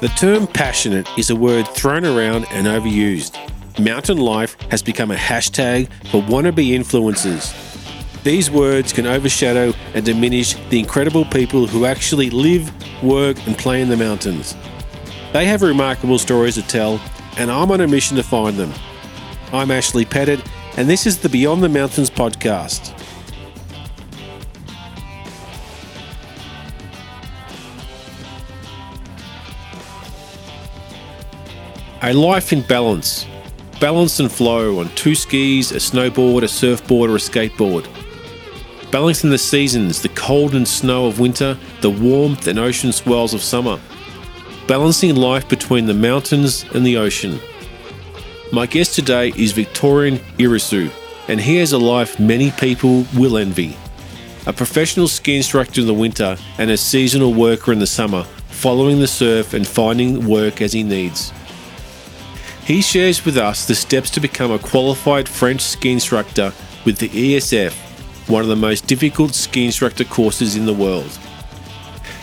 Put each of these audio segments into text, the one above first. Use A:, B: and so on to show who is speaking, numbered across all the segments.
A: The term passionate is a word thrown around and overused. Mountain life has become a hashtag for wannabe influencers. These words can overshadow and diminish the incredible people who actually live, work, and play in the mountains. They have remarkable stories to tell, and I'm on a mission to find them. I'm Ashley Pettit, and this is the Beyond the Mountains podcast. A life in balance. Balance and flow on two skis, a snowboard, a surfboard, or a skateboard. Balancing the seasons, the cold and snow of winter, the warmth and ocean swells of summer. Balancing life between the mountains and the ocean. My guest today is Victorian Irisu, and he has a life many people will envy. A professional ski instructor in the winter and a seasonal worker in the summer, following the surf and finding work as he needs. He shares with us the steps to become a qualified French ski instructor with the ESF, one of the most difficult ski instructor courses in the world.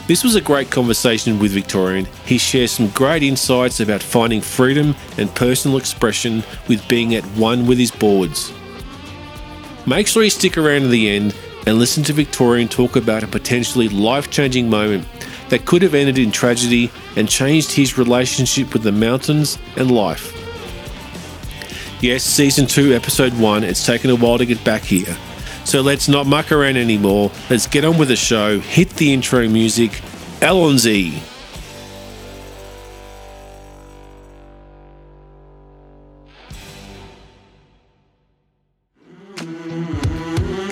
A: This was a great conversation with Victorian. He shares some great insights about finding freedom and personal expression with being at one with his boards. Make sure you stick around to the end and listen to Victorian talk about a potentially life changing moment that could have ended in tragedy and changed his relationship with the mountains and life. Yes, season 2, episode 1, it's taken a while to get back here. So let's not muck around anymore. Let's get on with the show, hit the intro music. Elonzy.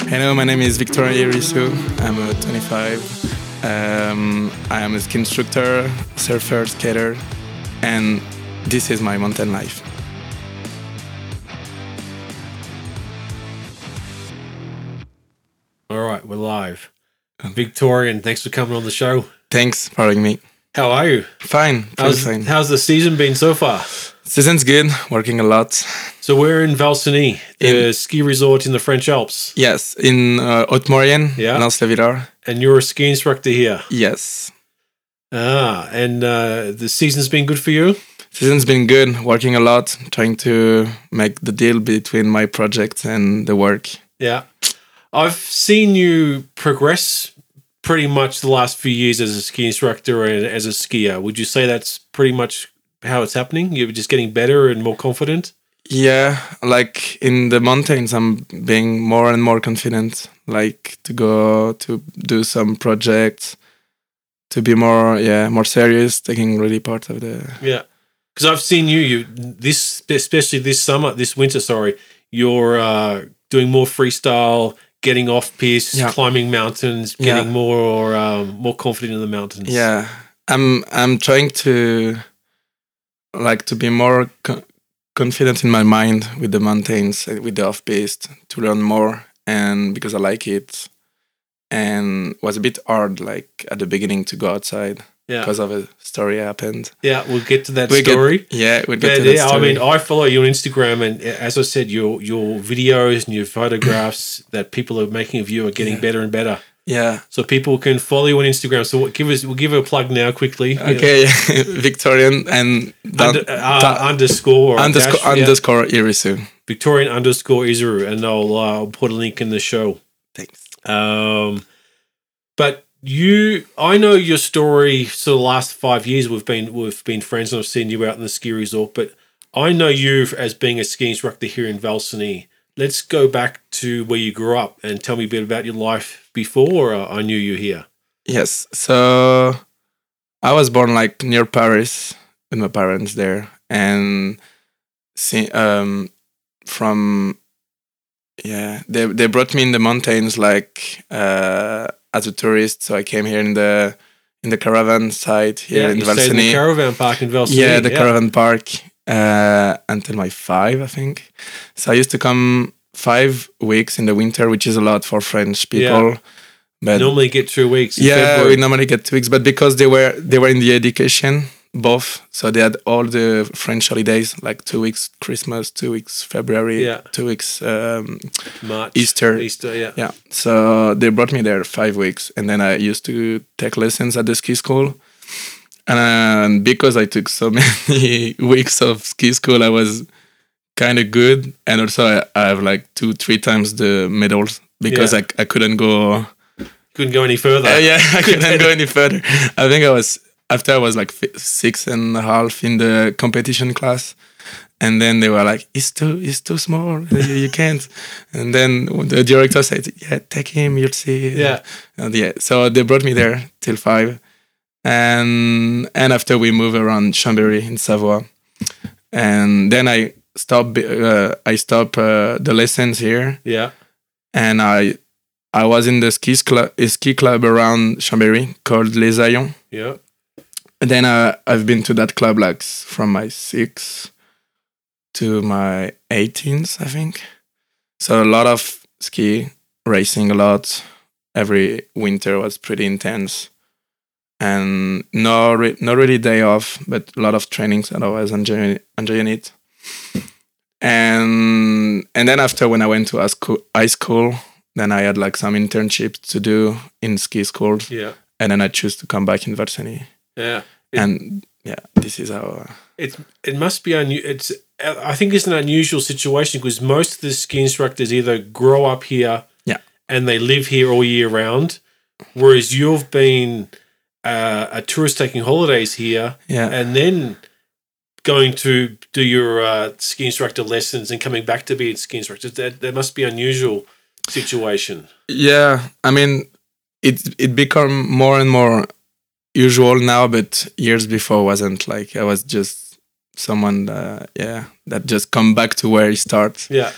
B: Hello, my name is Victoria Irisu. I'm uh, 25. Um, I am a ski instructor, surfer, skater, and this is my mountain life.
A: All right, we're live. Victorian, thanks for coming on the show.
B: Thanks for having me.
A: How are you?
B: Fine, pretty
A: How's,
B: fine.
A: how's the season been so far?
B: Season's good, working a lot.
A: So we're in Valseny, the
B: In-
A: ski resort in the French Alps,
B: Yes, in uh, Haute-Maurienne,
A: Yeah.
B: North Lavillar.
A: and you're a ski instructor here.
B: Yes.
A: Ah, and uh, the season's been good for you.
B: Season's been good, working a lot, trying to make the deal between my project and the work.
A: Yeah, I've seen you progress pretty much the last few years as a ski instructor and as a skier. Would you say that's pretty much how it's happening? You're just getting better and more confident.
B: Yeah, like in the mountains, I'm being more and more confident, like to go to do some projects, to be more, yeah, more serious, taking really part of the.
A: Yeah, because I've seen you. You this especially this summer, this winter. Sorry, you're uh, doing more freestyle, getting off piste,
B: Yeah.
A: climbing mountains,
B: Yeah.
A: getting more um, more confident in the mountains.
B: Yeah, I'm I'm trying to, like, to be more co- confident in my mind with the mountains, uh, with the off piste, to learn more, and because I like it, and was a bit hard, like at the beginning, to go outside
A: yeah,
B: because of a story happened.
A: yeah. We'll get to that
B: We get-
A: story.
B: Yeah, we'll
A: But,
B: get to that
A: yeah, I
B: story.
A: mean, I follow you on Instagram, and a- as I said, your your videos and your photographs that people are making of you are getting
B: Yeah.
A: better and better.
B: yeah.
A: So people can follow you on Instagram. So what, give us we'll give her a plug now quickly.
B: Okay, Victorian and
A: Under,
B: dot-
A: uh,
B: dot-
A: underscore or
B: underscore
A: dash, yeah.
B: underscore Irisu.
A: Victorian underscore Isaru, and I'll uh, I'll put a link in the show.
B: Thanks.
A: Um, but you, I know your story. So the last five years, we've been we've been friends, and I've seen you out in the ski resort. But I know you f- as being a ski instructor here in Valseny. Let's go back to where you grew up and tell me a bit about your life before uh, I knew you here.
B: Yes. So I was born like near Paris with my parents there, and see, um, from yeah, they they brought me in the mountains like uh, as a tourist. So I came here in the in the caravan site here in
A: you stayed in the
B: Valseny.
A: caravan park in Valseny.
B: yeah the caravan park uh, until my five i think so i used to come five weeks in the winter which is a lot for french
A: Yeah.
B: people but
A: Normally get two weeks. in
B: yeah we
A: February.
B: normally get two weeks but because they were they were in the education both so they had all the french holidays like two weeks christmas two weeks february
A: Yeah.
B: two weeks um,
A: March,
B: easter
A: Easter, yeah.
B: yeah. So they brought me there five weeks, and then I used to take lessons at the ski school. and because I took so many weeks of ski school, I was kind of good, and also I, I have like two, three times the medals because
A: Yeah.
B: I I couldn't go.
A: Couldn't go any further.
B: Uh, yeah, I couldn't go any further. I think I was after I was like fi- six and a half in the competition class, and then they were like, "It's too, it's too small. You, you can't." And then the director said, "Yeah, take him. You'll see."
A: Yeah.
B: And yeah. So they brought me there till five, and and after we moved around Chambéry in Savoie, and then I stopped. Uh, I stopped uh, the lessons here
A: Yeah.
B: and I I was in the skis club, ski club around Chambéry called Les Ayons.
A: Yeah.
B: And then uh, I've been to that club like s- from my six to my 18s, I think. So a lot of ski racing, a lot. Every winter was pretty intense, and no, re- not really day off, but a lot of trainings. And I was enjoying enjoying it. And and then after when I went to high school, high school, then I had like some internships to do in ski schools,
A: Yeah.
B: and then I chose to come back in Varsany
A: Yeah.
B: and yeah, this is uh, our
A: It's it must be un. It's I think it's an unusual situation because most of the ski instructors either grow up here,
B: Yeah.
A: and they live here all year round, whereas you've been uh, a tourist taking holidays here
B: yeah
A: and then going to do your uh, ski instructor lessons and coming back to be a ski instructor. That that must be unusual situation.
B: yeah. I mean, it it become more and more usual now, but years before wasn't like I was just someone uh, yeah that just come back to where he starts
A: Yeah.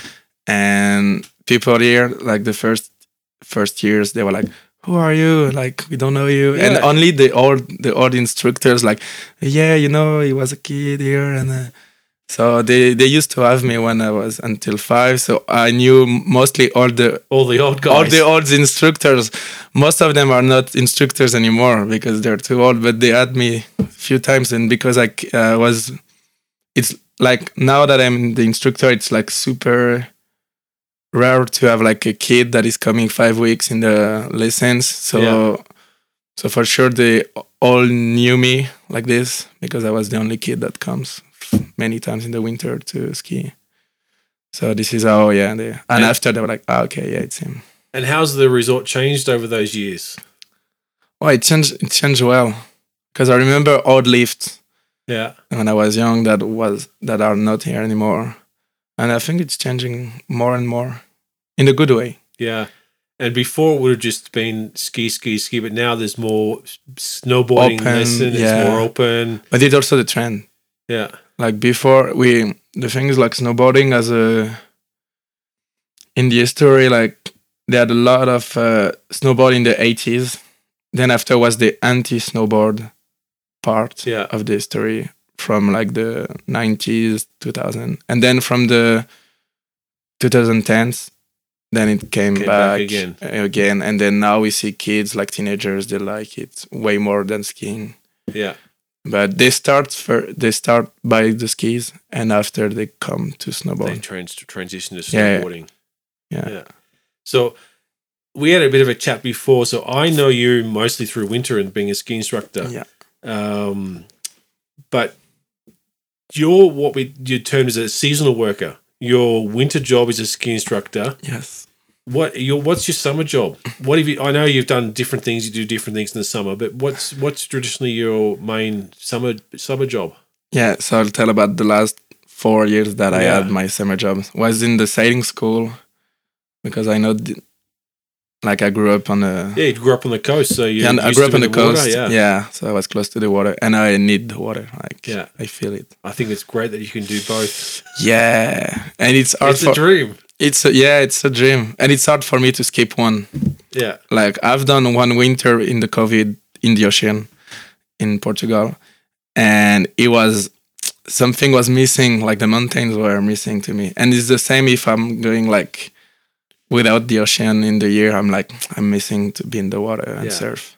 B: and people here like the first first years they were like who are you like we don't know you and
A: Yeah.
B: only the old the old instructors like yeah you know he was a kid here and uh, so they they used to have me when i was until five so i knew mostly all the
A: All the old guys.
B: all the old instructors most of them are not instructors anymore because they're too old but they had me a few times and because i c- uh, was it's like now that i'm the instructor it's like super rare to have like a kid that is coming five weeks in the lessons so
A: Yeah.
B: so for sure they all knew me like this because i was the only kid that comes many times in the winter to ski so this is how yeah they, and
A: Yeah.
B: after they were like ah, okay yeah it's him
A: and how's the resort changed over those years?
B: Oh, it changed. It changed well because I remember odd lifts
A: Yeah.
B: when I was young that was that are not here anymore, and I think it's changing more and more in a good way.
A: Yeah. And before it would have just been ski, ski, ski, but now there's more s- snowboarding
B: Open,
A: lesson.
B: yeah.
A: It's more open.
B: But it's also the trend.
A: Yeah.
B: Like before, we the thing is like snowboarding as a in the history like they had a lot of uh, snowboard in the eighties. Then after was the anti-snowboard part.
A: Yeah.
B: of the history from like the 90s 2000 and then from the 2010s then it came,
A: Came back
B: back,
A: again.
B: uh, again and then now we see kids like teenagers they like it way more than skiing
A: Yeah.
B: but they start for they start by the skis and after they come to
A: They
B: snowboard
A: trans- transition to
B: Yeah, yeah.
A: snowboarding.
B: Yeah.
A: So we had a bit of a chat before. So I know you mostly through winter and being a ski instructor.
B: yeah
A: Um, but you're what we you termed as a seasonal worker. Your winter job is a ski instructor.
B: yes
A: What your what's your summer job? What have you? I know you've done different things. You do different things in the summer, but what's what's traditionally your main summer summer job?
B: yeah so i'll tell about the last four years that i
A: Yeah.
B: had my summer job was in the sailing school because i know the- like i grew up on a
A: Yeah, you grew up on the coast, so you.
B: Yeah, and I
A: used
B: grew
A: to
B: up on
A: be
B: the,
A: in water,
B: coast.
A: yeah.
B: yeah. so I was close to the water, and I need the water. Like,
A: Yeah.
B: I feel it.
A: I think it's great that you can do both.
B: Yeah, and it's hard
A: It's
B: for
A: a dream.
B: it's a, yeah, it's a dream, and it's hard for me to skip one.
A: Yeah,
B: Like I've done one winter in the COVID in the ocean in Portugal, and it was something was missing. Like the mountains were missing to me, and it's the same if I'm going like without the ocean in the year. I'm like I'm missing to be in the water and
A: Yeah.
B: surf.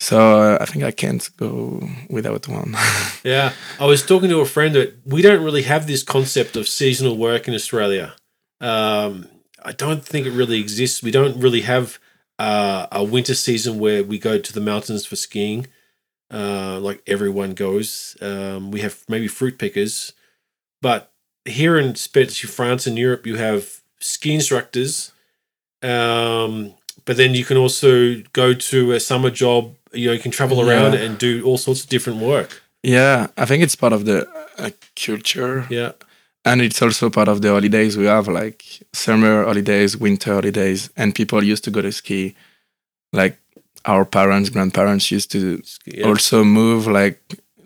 B: So uh, I think I can't go without one.
A: yeah. I was talking to a friend that we don't really have this concept of seasonal work in Australia. Um, I don't think it really exists. We don't really have uh, a winter season where we go to the mountains for skiing. uh, like everyone goes. Um, we have maybe fruit pickers, but here in especially France and Europe, you have ski instructors. Um, but then you can also go to a summer job. You know, you can travel around
B: Yeah.
A: and do all sorts of different work.
B: Yeah, I think it's part of the uh, culture,
A: Yeah,
B: and it's also part of the holidays we have, like summer holidays, winter holidays, and people used to go to ski. Like our parents, grandparents used to
A: yeah.
B: also move. Like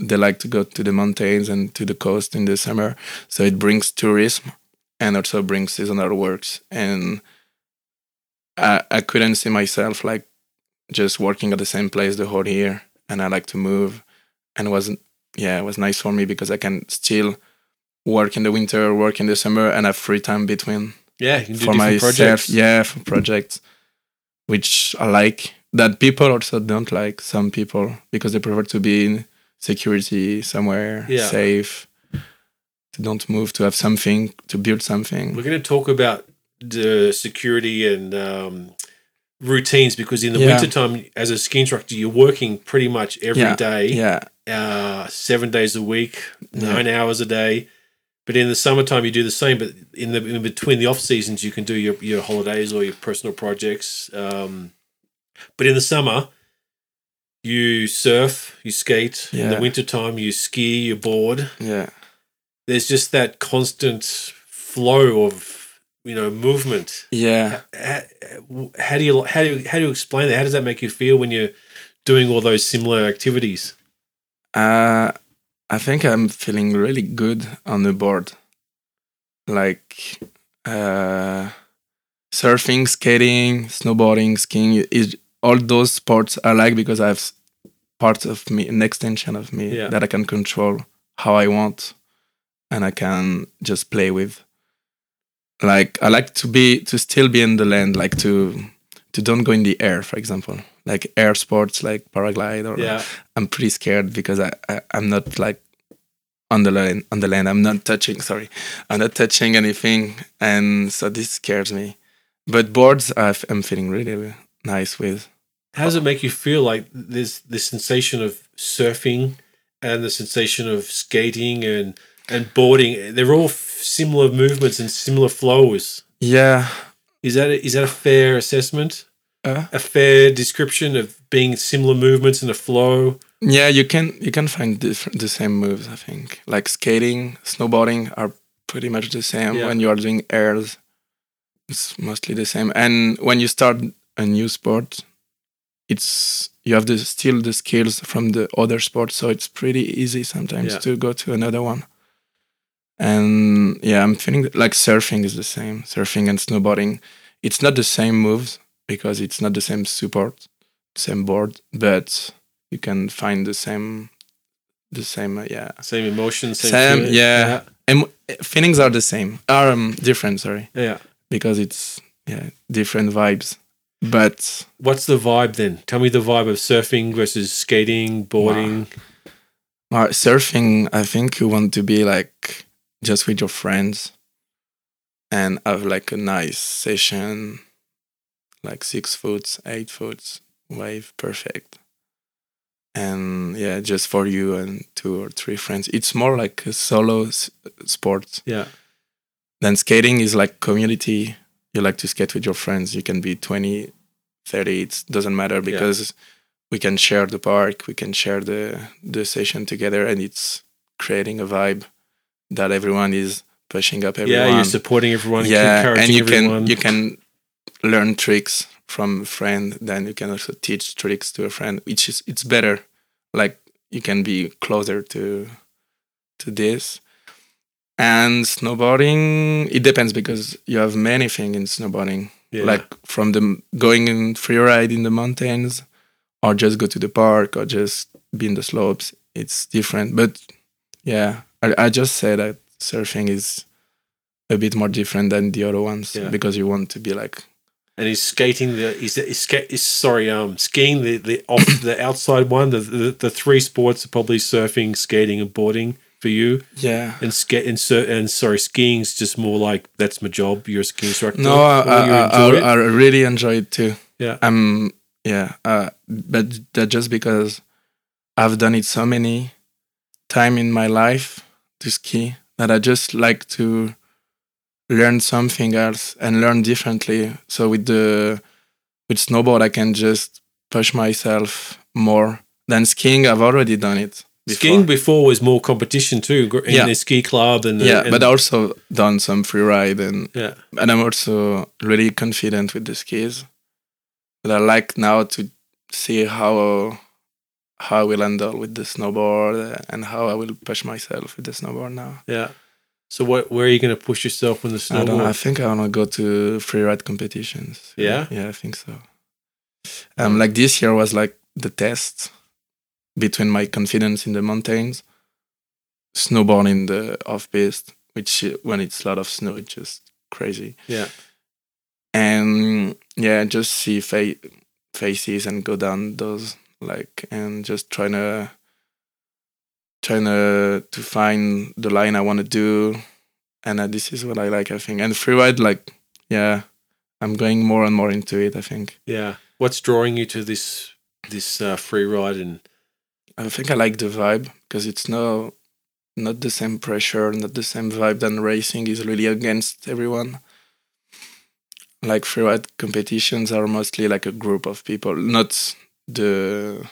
B: they like to go to the mountains and to the coast in the summer, so it brings tourism and also brings seasonal works. And I, I couldn't see myself like just working at the same place the whole year and I like to move and it was yeah, it was nice for me because I can still work in the winter, work in the summer and have free time between
A: yeah. You can do
B: for
A: different
B: myself.
A: projects.
B: Yeah, for projects which I like that people also don't like some people because they prefer to be in security somewhere
A: Yeah.
B: safe to don't move to have something to build something
A: We're going to talk about the security and um, routines because in the
B: Yeah.
A: wintertime, as a ski instructor, you're working pretty much every
B: Yeah.
A: day,
B: yeah
A: uh, seven days a week,
B: Yeah.
A: nine hours a day. But in the summertime, you do the same. But in the in between the off seasons, you can do your, your holidays or your personal projects. Um, but in the summer, you surf, you skate. In the
B: Yeah.
A: wintertime, you ski, you board
B: yeah
A: there's just that constant flow of you know movement.
B: yeah
A: How, how do you how do you, how do you explain that? How does that make you feel when you're doing all those similar activities?
B: Uh, I think I'm feeling really good on the board. Like uh, surfing, skating, snowboarding, skiing is all those sports I like because I have s- part of me, an extension of me
A: Yeah.
B: that I can control how I want, and I can just play with. Like I like to be to still be in the land, like to to don't go in the air, for example, like air sports like paraglide or
A: Yeah,
B: I'm pretty scared because I, I I'm not like on the line on the line. I'm not touching. Sorry, I'm not touching anything, and so this scares me. But boards, i f- I'm feeling really nice with.
A: how does it make you feel? Like there's the sensation of surfing and the sensation of skating and and boarding. They're all f- similar movements and similar flows.
B: Yeah,
A: Is that a, is that a fair assessment?
B: Uh?
A: A fair description of being similar movements and a flow.
B: yeah. You can you can find different, the same moves. I think like skating, snowboarding are pretty much the same
A: Yeah.
B: when you are doing airs. It's mostly the same, and when you start a new sport, it's you have the still the skills from the other sport, so it's pretty easy sometimes
A: Yeah.
B: to go to another one. And yeah, I'm feeling that, like surfing is the same. Surfing and snowboarding, it's not the same moves because it's not the same support, same board, but you can find the same, the same. Uh, yeah,
A: Same emotions. Same.
B: Same,
A: feeling.
B: yeah. and feelings are the same. Are um, different, sorry,
A: Yeah. yeah.
B: because it's yeah different vibes, but.
A: What's the vibe then? Tell me the vibe of surfing versus skating, boarding.
B: Uh, surfing, I think you want to be like just with your friends and have like a nice session, like six foot, eight foot wave, perfect. And yeah, just for you and two or three friends. It's more like a solo s- sport.
A: Yeah.
B: Then skating is like community. You like to skate with your friends. You can be 20, 30, it doesn't matter because we can share the park, we can share the the session together and it's creating a vibe that everyone is pushing up everyone.
A: Yeah, you're supporting everyone, yeah,
B: yeah,
A: encouraging
B: and you
A: everyone.
B: can you can learn tricks from a friend, then you can also teach tricks to a friend, which is it's better. Like you can be closer to to this. And snowboarding, it depends because you have many things in snowboarding
A: yeah.
B: like from the going in free ride in the mountains or just go to the park or just be in the slopes it's different but yeah i, I just say that surfing is a bit more different than the other ones
A: Yeah.
B: because you want to be like
A: and he's skating the he's, he's, ska- he's sorry, um skiing the, the off the outside one. The, the the three sports are probably surfing, skating, and boarding for you.
B: yeah
A: And skate and sur- and sorry, skiing's just more like that's my job. You're a ski instructor.
B: no uh, I,
A: Or you
B: I, I,
A: enjoy
B: I, I really enjoy it too Um,
A: Yeah.
B: i'm yeah uh, but that just because I've done it so many time in my life to ski that I just like to learn something else and learn differently. So with the with snowboard, I can just push myself more than skiing. I've already done it. before.
A: Skiing before was more competition too gr- in
B: Yeah.
A: the ski club and the,
B: yeah,
A: and-
B: but uh, I also done some free ride and
A: yeah.
B: and I'm also really confident with the skis. But I like now to see how how I will handle with the snowboard and how I will push myself with the snowboard now.
A: Yeah. So what? Where are you going to push yourself when the
B: I don't. I
A: snowboard?
B: think I wanna go to freeride competitions.
A: Yeah?
B: yeah, I think so. Um, like this year was like the test between my confidence in the mountains, snowboarding in the off piste, which uh, when it's a lot of snow, it's just crazy.
A: Yeah.
B: and yeah, just see fa- faces and go down those like and just trying to trying to to find the line I want to do, and uh, this is what I like, I think. And freeride, like yeah, I'm going more and more into it. I think
A: Yeah. What's drawing you to this this uh, free ride and
B: I think I like the vibe because it's no not the same pressure, not the same vibe than racing is really against everyone. Like freeride competitions are mostly like a group of people, not the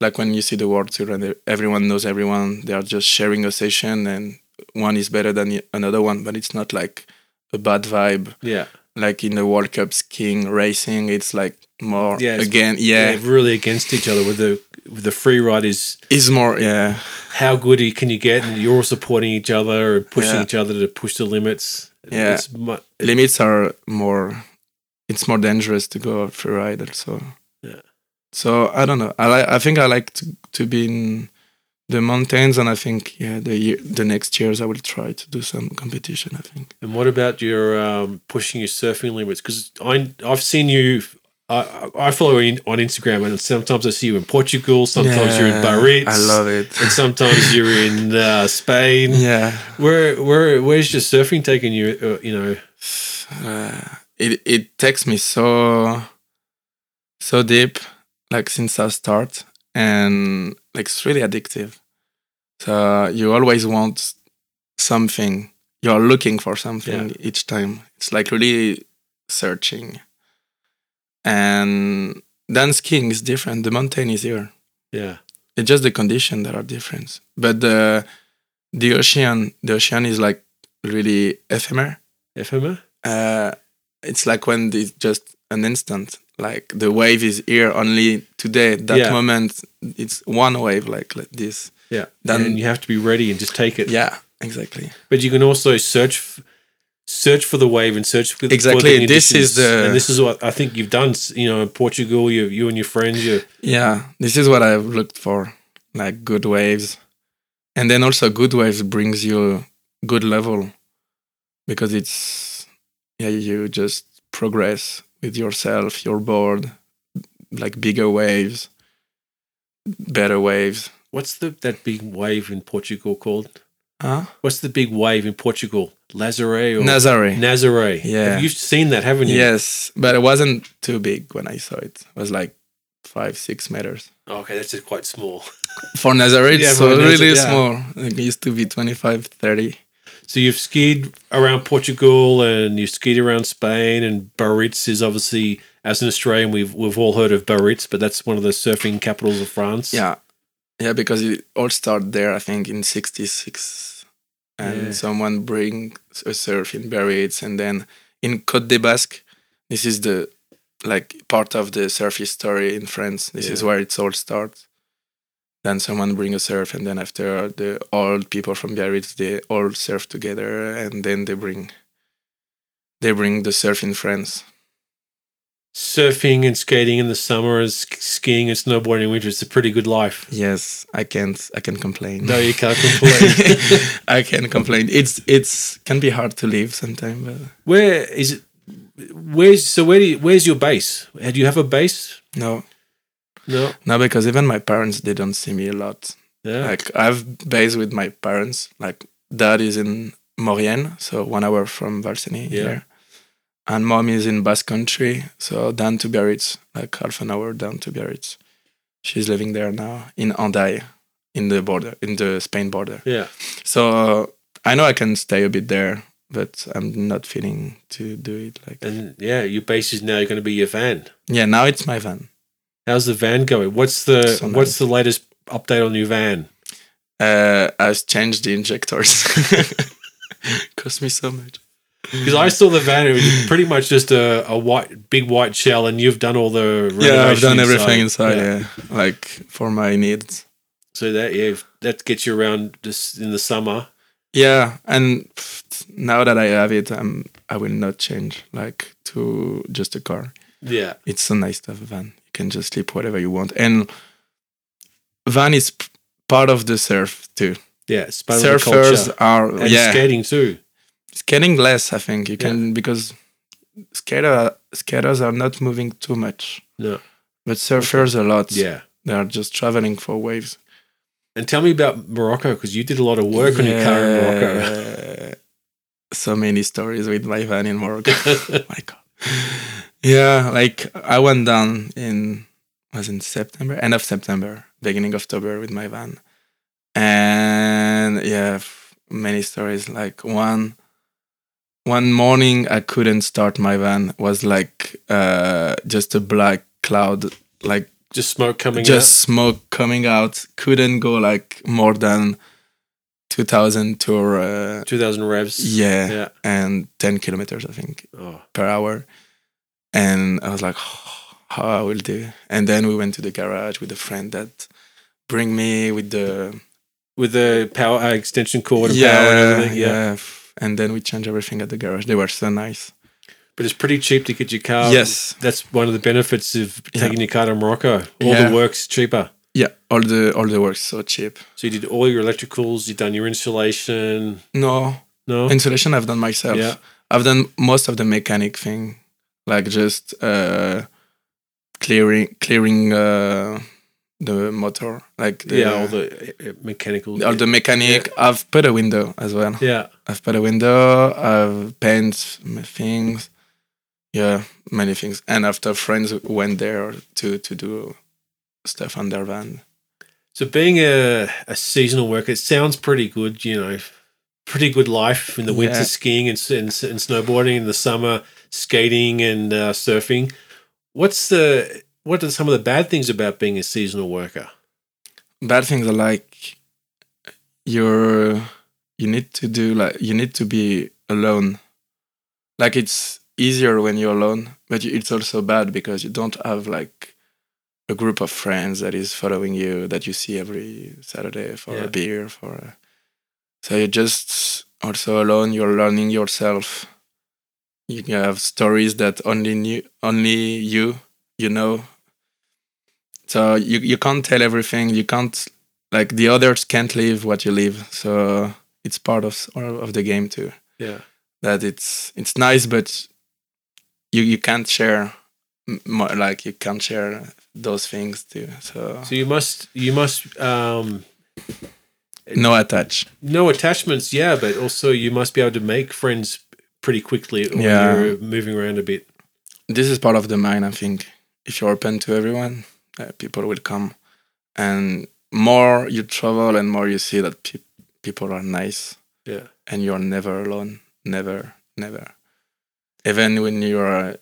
B: like when you see the world tour and e-, everyone knows everyone. They are just sharing a session and one is better than the- another one, but it's not like a bad vibe.
A: yeah,
B: Like in the World Cup skiing racing, it's like more
A: Yeah, it's-
B: again, yeah,
A: they're really against each other. With the with the free ride is
B: it's more, yeah.
A: how good you- can you get, and you're all supporting each other and pushing
B: Yeah.
A: each other to push the limits.
B: Yeah.
A: It's mu-
B: limits are more it's more dangerous to go for a ride also
A: Yeah.
B: so i don't know i like i think i like to, to be in the mountains and i think yeah the year the next years i will try to do some competition i think
A: And what about your um, pushing your surfing limits? Because I I've seen you. I, I I follow you on Instagram, and sometimes I see you in Portugal. Sometimes you're in Barits.
B: i love it
A: And sometimes you're in uh, Spain.
B: yeah
A: Where where where's your surfing taking you? Uh, you know.
B: uh, it it takes me so so deep like since i start and like it's really addictive so you always want something you're looking for something each time it's like really searching and then skiing is different the mountain is here
A: Yeah.
B: it's just the condition that are different but the the ocean the ocean is like really ephemer
A: FMA.
B: uh, it's like when it's just an instant. Like the wave is here only today. That
A: Yeah.
B: moment, it's one wave like, like this.
A: Yeah.
B: Then-
A: and you have to be ready and just take it.
B: Yeah, exactly.
A: But you can also search. F- Search for the wave and search for the for
B: Exactly,
A: the
B: this
A: conditions.
B: is the-
A: and this is what I think you've done. s- You know, in Portugal, you you and your friends, you
B: Yeah, this is what I've looked for, like good waves, and then also good waves brings you good level, because it's yeah you just progress with yourself, your board, like bigger waves, better waves.
A: What's the that big wave in Portugal called?
B: Huh?
A: What's the big wave in Portugal? Lazare or
B: Nazare.
A: Nazare?
B: Yeah.
A: you've seen that, haven't you?
B: Yes, but it wasn't too big when I saw it. It was like five, six meters.
A: Oh, Okay, that's just quite small.
B: For Nazareth,
A: Yeah,
B: so
A: for Nazareth,
B: really
A: yeah.
B: small. It used to be 25, 30.
A: So you've skied around Portugal and you've skied around Spain and Biarritz is obviously as an Australian we've we've all heard of Biarritz, but that's one of the surfing capitals of France.
B: Yeah. Yeah, because it all started there, I think, in 66. And
A: Yeah.
B: someone brings a surf in Biarritz. And then in Côte des Basques, this is the like part of the surf history in France. This is
A: Yeah.
B: where it all starts. Then someone bring a surf, and then after the old people from Biarritz, they all surf together, and then they bring they bring the surf in France.
A: Surfing and skating in the summer and sk- skiing and snowboarding in winter, it's a pretty good life.
B: Yes, I can't I can complain.
A: No, you can't complain.
B: I can complain. It's it's can be hard to live sometimes. But
A: where is it where's so where do you, where's your base? Uh, Do you have a base?
B: no,
A: No.
B: no, because even my parents they don't see me a lot.
A: Yeah.
B: Like I've based with my parents. Like dad is in Maurienne, so one hour from Valseny
A: Yeah.
B: here, and mom is in Basque Country, so down to Biarritz, like half an hour down to Biarritz. She's living there now in Andai, in the border, in the Spain border.
A: Yeah.
B: So uh, I know I can stay a bit there, but I'm not feeling to do it like that.
A: And yeah, your base is now going to be your van.
B: Yeah, now it's my van.
A: How's the van going? What's the
B: So nice.
A: what's the latest update on your van?
B: Uh, I've changed the injectors. Cost me so much.
A: Because I saw the van, it was pretty much just a, a white, big white shell, and you've done all the
B: Yeah, I've
A: renovation
B: done everything inside. Yeah. like for my needs.
A: So that yeah, that gets you around just in the summer.
B: Yeah, and pff, now that I have it, I'm I will not change like to just a car.
A: Yeah,
B: It's so nice to have a van. You can just sleep whatever you want, and van is p- part of the surf too.
A: yeah. It's part of the
B: Surfers
A: culture.
B: are
A: and
B: yeah
A: skating too.
B: skating less. I think you can because skater skaters are not moving too much,
A: No,
B: but surfers a lot.
A: yeah.
B: they are just traveling for waves.
A: And tell me about Morocco because you did a lot of work on your car in Morocco.
B: Yeah. So many stories with my van in Morocco. my God. Yeah, like I went down in was in September, end of September, beginning of October with my van, and yeah, f- many stories. Like one, one morning I couldn't start my van. It was like uh, just a black cloud, like
A: Just smoke coming
B: just smoke coming out. Couldn't go like more than two thousand to uh,
A: out. Two thousand revs.
B: yeah,
A: Yeah.
B: and ten kilometers I think
A: Oh,
B: per hour. And I was like, how I will do. And then we went to the garage with a friend that bring me with the
A: with the power uh, extension cord and
B: yeah,
A: power and everything. Yeah.
B: yeah. f- And then we changed everything at the garage. They were so nice.
A: but it's pretty cheap to get your car.
B: yes.
A: that's one of the benefits of
B: Yeah.
A: taking your car to Morocco. All the
B: Yeah.
A: work's cheaper.
B: Yeah. All the all the work's so cheap.
A: So you did all your electricals. You've done your insulation.
B: No,
A: No,
B: insulation I've done myself.
A: Yeah.
B: I've done most of the mechanic thing, like just uh, clearing clearing uh, the motor, like the,
A: yeah, all the uh, uh, mechanical.
B: all the mechanic. I've put a window as well.
A: yeah,
B: I've put a window, I've paint m- things, yeah, many things. And after friends went there to to do stuff on their van.
A: So being a, a seasonal worker, it sounds pretty good, you know, pretty good life in the winter
B: Yeah.
A: skiing and, s- and, s- and snowboarding, in the summer skating and uh, surfing. What's the what are some of the bad things about being a seasonal worker?
B: Bad things are like you're you need to do like you need to be alone. Like it's easier when you're alone, but it's also bad because you don't have like a group of friends that is following you that you see every Saturday for
A: Yeah.
B: a beer for a So you're just also alone. You're learning yourself. You can have stories that only knew, only you you know. So you you can't tell everything. You can't like the others can't live what you live. So it's part of s- of the game too.
A: Yeah,
B: That it's it's nice, but you you can't share m- more, like you can't share those things too. So,
A: so you must you must um,
B: no attach.
A: no attachments, yeah, but also you must be able to make friends pretty quickly when
B: Yeah.
A: you're moving around a bit.
B: this is part of the mind i think if you're open to everyone uh, people will come and more you travel and more you see that peop people are nice
A: Yeah,
B: and you're never alone never never even when you're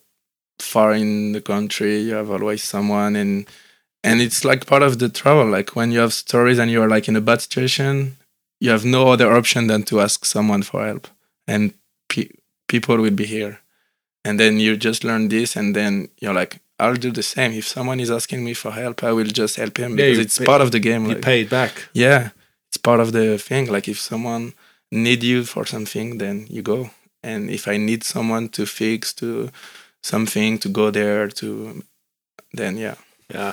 B: far in the country you have always someone and and it's like part of the travel like when you have stories and you're like in a bad situation you have no other option than to ask someone for help and pe- people will be here and then you just learn this and then you're like i'll do the same if someone is asking me for help i will just help him
A: Yeah,
B: because
A: you
B: it's
A: pay-
B: part of the game
A: you
B: like-
A: paid back.
B: yeah it's part of the thing like if someone need you for something then you go and if i need someone to fix to something to go there to then yeah
A: Yeah,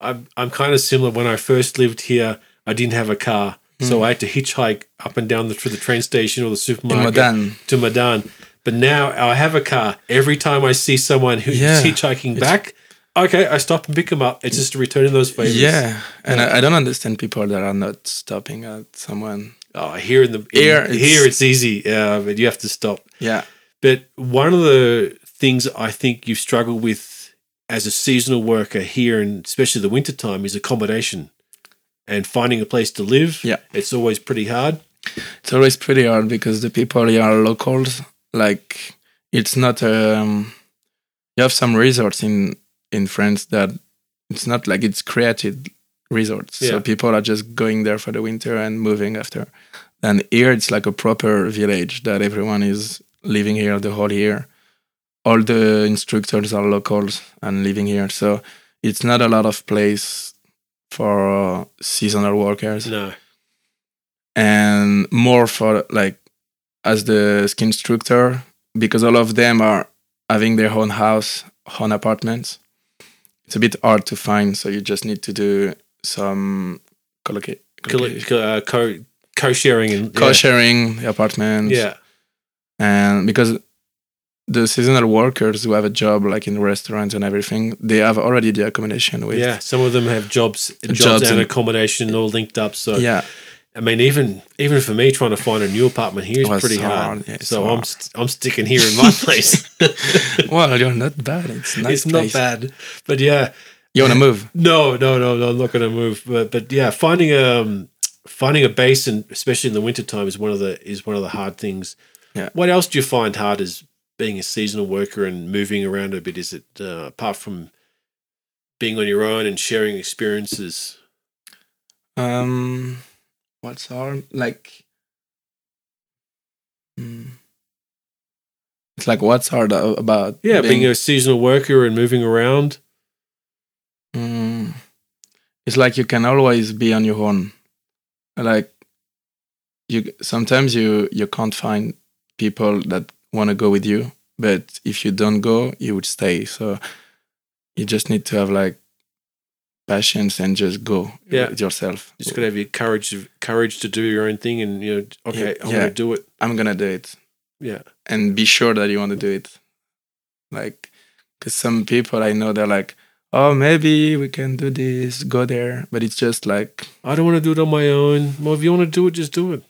A: I'm I'm kind of similar. When I first lived here, I didn't have a car, so I had to hitchhike up and down the, to the train station or the
B: in
A: supermarket
B: Modane,
A: to Madan. But now I have a car. Every time I see someone who's
B: Yeah.
A: hitchhiking
B: It's-
A: back, okay, I stop and pick them up. It's just returning those favors.
B: yeah and I, I don't understand people that are not stopping at someone
A: Oh, here in the in-
B: Here
A: here, it's
B: it's-
A: easy, uh, but you have to stop.
B: yeah
A: But one of the things I think you've struggled with as a seasonal worker here, and especially the winter time, is accommodation and finding a place to live.
B: Yeah.
A: it's always pretty hard.
B: It's always pretty hard because the people here are locals. Like it's not um you have some resorts in in France that it's not like it's created resorts.
A: Yeah.
B: So people are just going there for the winter and moving after. And here it's like a proper village that everyone is living here the whole year. All the instructors are locals and living here. So it's not a lot of place for uh, seasonal workers
A: No,
B: and more for like as the ski instructor because all of them are having their own house, own apartments. It's a bit hard to find, so you just need to do some collocate,
A: Coll- co- uh, co co-sharing and yeah.
B: co-sharing the apartments.
A: Yeah,
B: and because the seasonal workers who have a job like in restaurants and everything, they have already the accommodation with.
A: yeah. Some of them have jobs, jobs,
B: Jobs
A: and
B: and-
A: accommodation all linked up. So
B: Yeah,
A: I mean, even even for me, trying to find a new apartment here is
B: Well, Oh, it's
A: pretty
B: so
A: hard.
B: hard, yeah, it's
A: so
B: so
A: I'm
B: hard.
A: st- I'm sticking here in my place.
B: well, you're not bad. It's nice.
A: it's not
B: place.
A: bad, but yeah,
B: You wanna move?
A: no, no, no, no. I'm not going to move, but but yeah, finding um finding a basin, especially in the wintertime, is one of the is one of the hard things.
B: Yeah.
A: What else do you find hard as being a seasonal worker and moving around a bit? Is it uh, apart from being on your own and sharing experiences?
B: Um, what's our like? Mm. It's like what's hard a- about?
A: Yeah, being, a seasonal worker and moving around.
B: Mm, it's like you can always be on your own. Like you sometimes you you can't find people that want to go with you, but if you don't go, you would stay. So you just need to have like patience and just go
A: Yeah.
B: with yourself.
A: Just got to have your courage of, courage to do your own thing, and you know, okay,
B: Yeah,
A: I'm
B: yeah.
A: going to do it.
B: I'm gonna do it.
A: Yeah.
B: and be sure that you want to do it. Like, because some people I know they're like, oh, maybe we can do this, go there. But it's just like,
A: I don't want to do it on my own. Well, if you want to do it, just do it.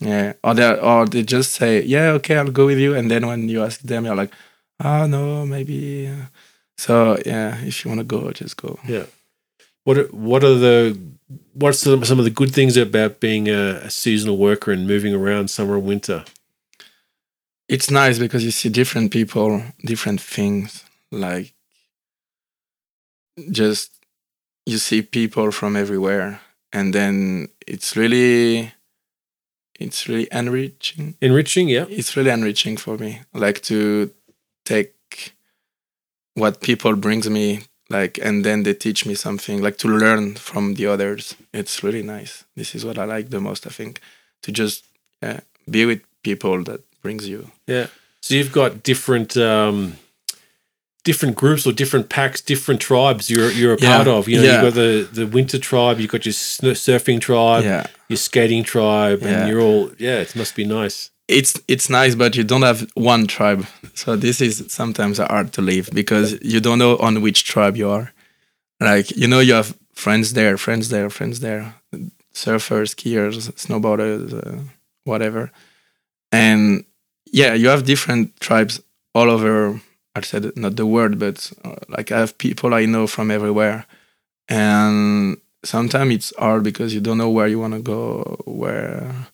B: yeah. Or, they or they just say, yeah, okay, I'll go with you. And then when you ask them, you're like, oh, no, maybe. So, yeah, if you want to go, just go.
A: What are, what are the what's the, some of the good things about being a, a seasonal worker and moving around summer and winter?
B: it's nice because you see different people, different things. Like, just you see people from everywhere, and then it's really, it's really enriching.
A: Enriching, yeah.
B: It's really enriching for me. Like to take what people brings me, like, and then they teach me something. Like to learn from the others. It's really nice. This is what I like the most. I think to just uh, be with people that brings you
A: So you've got different um, different groups or different packs, different tribes you're you're a
B: Yeah.
A: part of. You know,
B: Yeah.
A: you've got the the winter tribe, you've got your sn- surfing tribe,
B: yeah
A: your skating tribe,
B: Yeah.
A: and you're all yeah. It must be nice.
B: it's it's nice but you don't have one tribe so this is sometimes hard to live because you don't know on which tribe you are like you know you have friends there friends there friends there surfers skiers snowboarders uh, whatever and yeah you have different tribes all over i said not the word but uh, like i have people i know from everywhere and sometimes it's hard because you don't know where you want to go where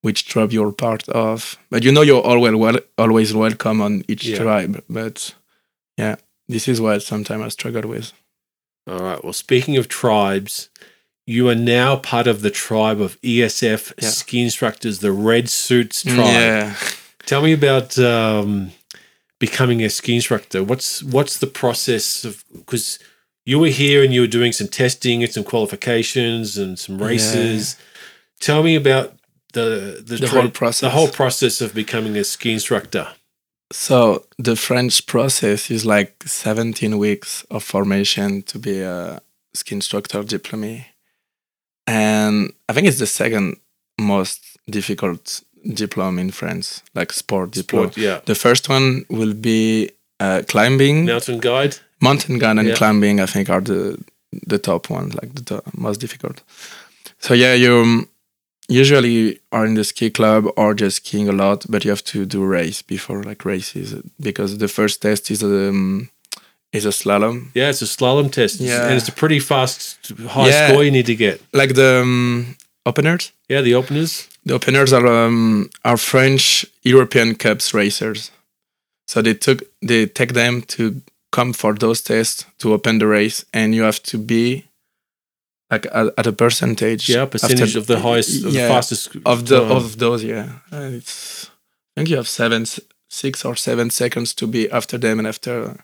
B: which tribe you're part of. But you know you're always well, always welcome on each
A: Yeah.
B: tribe. But yeah, this is what sometimes I struggle with.
A: All right. Well, speaking of tribes, you are now part of the tribe of ESF
B: Yeah. Mm,
A: ski instructors, the Red Suits tribe.
B: Yeah.
A: Tell me about um, becoming a ski instructor. What's what's the process of because you were here and you were doing some testing and some qualifications and some races. Tell me about the the,
B: The
A: tri-
B: whole process.
A: the whole process of becoming a ski instructor.
B: So the French process is like 17 weeks of formation to be a ski instructor diploma. And I think it's the second most difficult diploma in France, like sport diploma.
A: Sport, yeah,
B: The first one will be uh, climbing.
A: mountain guide.
B: mountain gun and
A: Yeah.
B: climbing i think are the the top ones like the top, most difficult so yeah you um, usually are in the ski club or just skiing a lot but you have to do race before like races because the first test is um, is a slalom.
A: Yeah, it's a slalom test. It's-
B: Yeah.
A: And it's a pretty fast, high
B: Yeah.
A: score you need to get.
B: Like the um, openers.
A: Yeah, the openers.
B: The openers are um, are French European Cups racers. So they took they take them to come for those tests to open the race, and you have to be like at, at a percentage.
A: Yeah, percentage
B: after-
A: of the highest, of
B: yeah,
A: the fastest.
B: of the
A: time.
B: of those. Yeah, And it's, I think you have seven, s- six or seven seconds to be after them, and after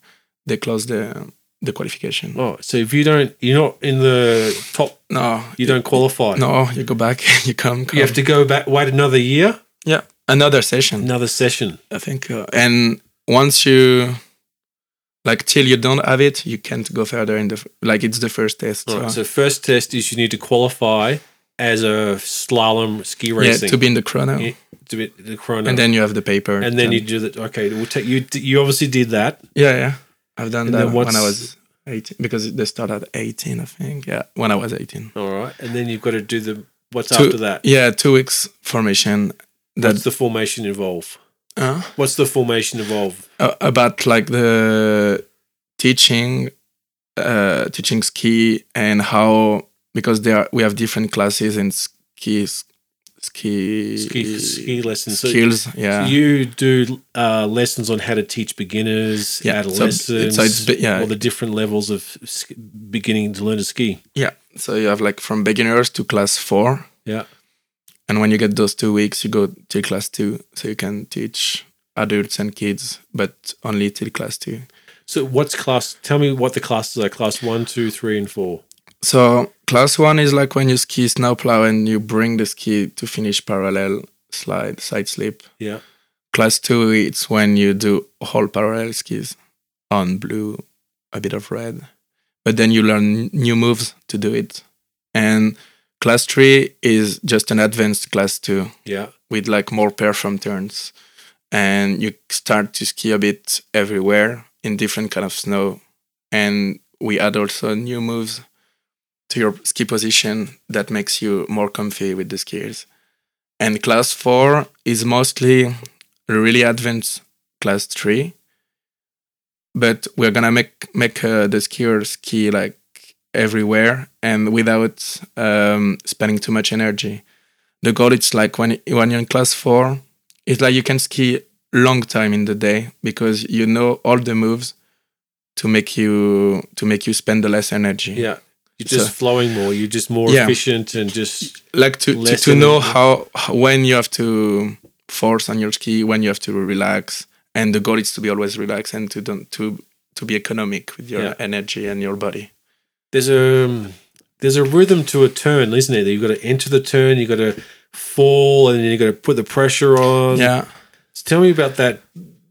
B: they close the the qualification.
A: Oh, so if you don't, you're not in the top.
B: No,
A: You don't qualify.
B: No, you go back. You come. come.
A: You have to go back, wait another year,
B: Yeah, another session.
A: another session.
B: I think. Uh, and once you, like, till you don't have it, you can't go further in the f- like. It's the first test.
A: All right,
B: so-
A: so first test is you need to qualify as a slalom ski
B: yeah,
A: racing.
B: to be in the chrono,
A: Yeah, to be the chrono.
B: and then you have the paper.
A: and then you do that. Okay, we'll take you. You obviously did that.
B: Yeah, yeah. I've done
A: And
B: that
A: then
B: when I
A: what's-
B: was eighteen because they start at eighteen, I think. Yeah, when I was eighteen.
A: All right, and then you've got to do the what's
B: Two-
A: after that.
B: Yeah, two weeks formation. That
A: What's the formation involve?
B: uh,
A: What's the formation involve?
B: a- uh, about like the teaching uh teaching ski and how because there are, we have different classes in ski ski
A: Ski, ski lessons. So,
B: skills yeah
A: you do uh, lessons on how to teach beginners,
B: Yeah, so-
A: adolescents,
B: so it's bi- yeah.
A: all the different levels of sk- beginning to learn to ski.
B: yeah so you have like from beginners to class 4
A: Yeah.
B: and when you get those 2 weeks you go till class 2 so you can teach adults and kids but only till class 2
A: So what's class? Tell me what the classes are. Class one, two, three, and four.
B: So class one is like when you ski snowplow and you bring the ski to finish parallel slide side slip.
A: Yeah.
B: Class two it's when you do whole parallel skis on blue, a bit of red, but then you learn new moves to do it. And class three is just an advanced class two
A: Yeah.
B: with like more perform turns, and you start to ski a bit everywhere in different kind of snow, and we add also new moves to your ski position that makes you more comfy with the skis. And class four is mostly really advanced class three, but we're gonna make make uh, the skier ski like everywhere and without um, spending too much energy the goal it's like when when you're in class four, it's like you can ski long time in the day because you know all the moves to make you to make you spend the less energy.
A: Yeah. You're just
B: So-
A: flowing more. You're just more
B: Yeah.
A: efficient and just
B: Like to to,
A: Less
B: to know
A: energy.
B: how how- when you have to force on your ski, when you have to relax, and the goal is to be always relaxed and to don't to to be economic with your
A: Yeah.
B: energy and your body.
A: there's a um, there's a rhythm to a turn, isn't it? You've got to enter the turn. You've got to fall, and then you've got to put the pressure on.
B: Yeah.
A: So tell me about that.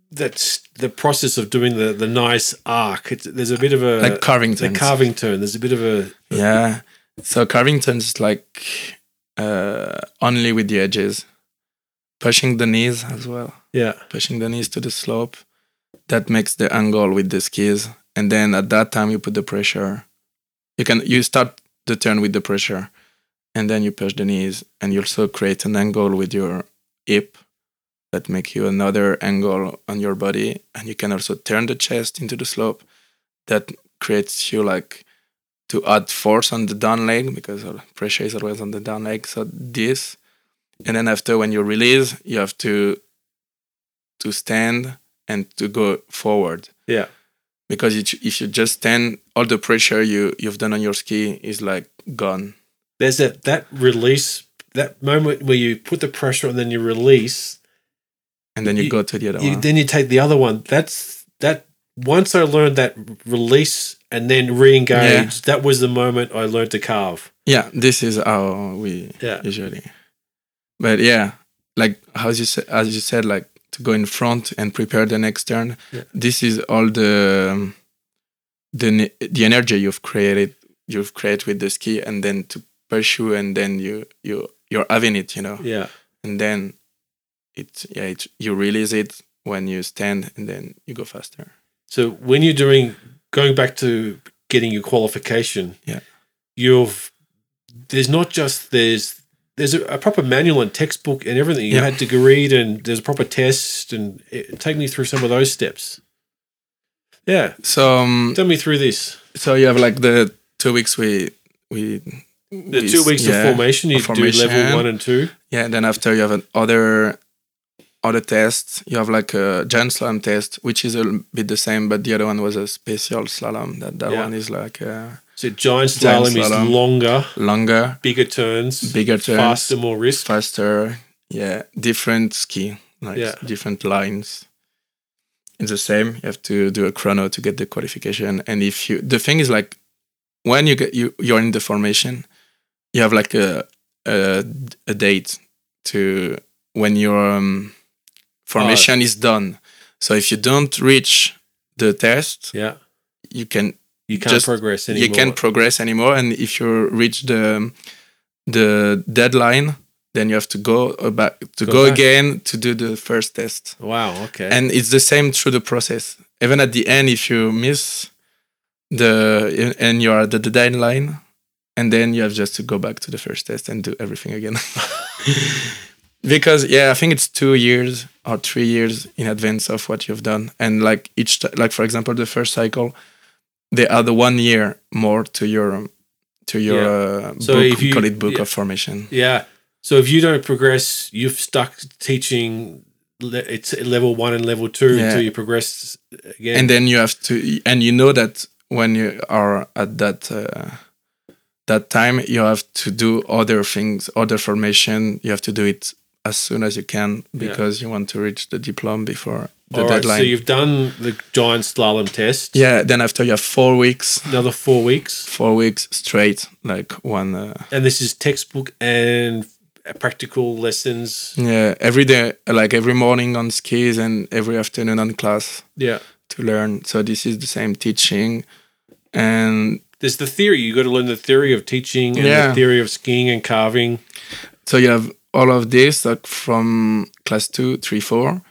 A: That's the process of doing the the nice arc. It's, there's a bit of a
B: Like carving
A: uh, the
B: turns.
A: carving turn. There's a bit of a
B: Yeah. So Carvington's is like uh, only with the edges, pushing the knees as well,
A: yeah
B: pushing the knees to the slope. That makes the angle with the skis, and then at that time you put the pressure. You can you start the turn with the pressure, and then you push the knees, and you also create an angle with your hip that make you another angle on your body, and you can also turn the chest into the slope. That creates you like to add force on the down leg because all pressure is always on the down leg. So this, and then after when you release, you have to to stand and to go forward
A: yeah
B: because it, if you just stand, all the pressure you you've done on your ski is like gone.
A: there's that that release that moment where you put the pressure and then you release
B: And then you,
A: You-
B: go to the other
A: you,
B: one.
A: then you take the other one that's that once i learned that release and then re-engage that was the moment i learned to carve
B: yeah, this is how we
A: yeah
B: usually. But yeah, like how you sa- as you said, like to go in front and prepare the next turn.
A: Yeah.
B: This is all the um, the ne- the energy you've created, you've created with the ski, and then to pursue, and then you you you're having it, you know,
A: yeah
B: and then it yeah it, you release it when you stand, and then you go faster.
A: so when you're doing going back to getting your qualification
B: Yeah.
A: you've there's not just there's there's a, a proper manual and textbook and everything you
B: Yeah.
A: had to go read and there's a proper test and it, take me through some of those steps Yeah.
B: So um,
A: Tell me through this.
B: so you have like the two weeks we we
A: The two weeks
B: yeah,
A: of formation, you do level
B: formation.
A: one and two.
B: Yeah, and then after you have an other other test, you have like a giant slalom test, which is a l- bit the same, but the other one was a special slalom. That that
A: Yeah.
B: one is like uh,
A: So giant
B: Giant
A: slalom, is
B: slalom.
A: longer,
B: longer,
A: bigger turns,
B: bigger turns,
A: faster, more risk.
B: faster. Yeah, different ski, like
A: Yeah.
B: different lines. It's the same. You have to do a chrono to get the qualification, and if you, the thing is like, when you get you you're in the formation, you have like a a, a date to when your um, formation is done. So if you don't reach the test,
A: Yeah.
B: you can
A: You can't
B: Just-
A: progress anymore.
B: you can't progress anymore. And if you reach the the deadline, then you have to go uh, back to
A: Go
B: go,
A: back.
B: again to do the first test.
A: wow. Okay.
B: And it's the same through the process. Even at the end, if you miss the and you are at the deadline, and then you have just to go back to the first test and do everything again. because yeah, I think it's two years or three years in advance of what you've done, and like each ti- like for example, the first cycle, they add one year more to your to your uh,
A: So
B: book.
A: if
B: we
A: you-
B: call it book
A: yeah.
B: of formation.
A: yeah. So if you don't progress, you've stuck teaching. le- It's at level one and level two
B: Yeah.
A: until you progress again.
B: and then you have to and you know that when you are at that uh, that time you have to do other things other formation you have to do it as soon as you can
A: Yeah.
B: because you want to reach the diploma before the
A: All right,
B: deadline
A: so you've done the giant slalom test.
B: yeah then after you have four weeks
A: Another four weeks,
B: four weeks straight like one uh,
A: and this is textbook and practical lessons.
B: yeah every day like every morning on skis and every afternoon on class
A: Yeah.
B: to learn so this is the same teaching and
A: There's the theory. You got to learn the theory of teaching and the
B: Yeah.
A: theory of skiing and carving.
B: So you have all of this like from class two, three, four.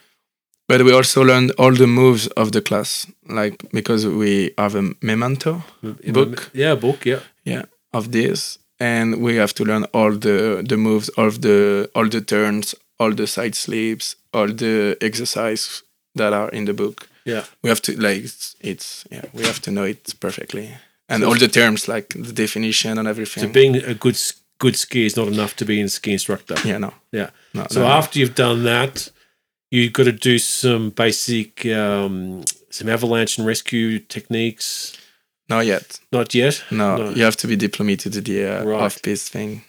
B: But we also learned all the moves of the class, like because we have a memento Book.
A: Yeah, book. Yeah.
B: of this, and we have to learn all the the moves, all of the all the turns, all the side slips, all the exercise that are in the book.
A: Yeah.
B: We have to like it's, it's yeah, we have to know it perfectly, and
A: So-
B: all the terms like the definition and everything.
A: So being a good s- good skier is not enough to be a ski instructor.
B: yeah, no,
A: Yeah.
B: No,
A: So
B: no, no.
A: after you've done that, you've got to do some basic um, some avalanche and rescue techniques.
B: not yet.
A: Not yet.
B: No,
A: No.
B: you have to be diplomated to the uh,
A: Right.
B: off piece thing.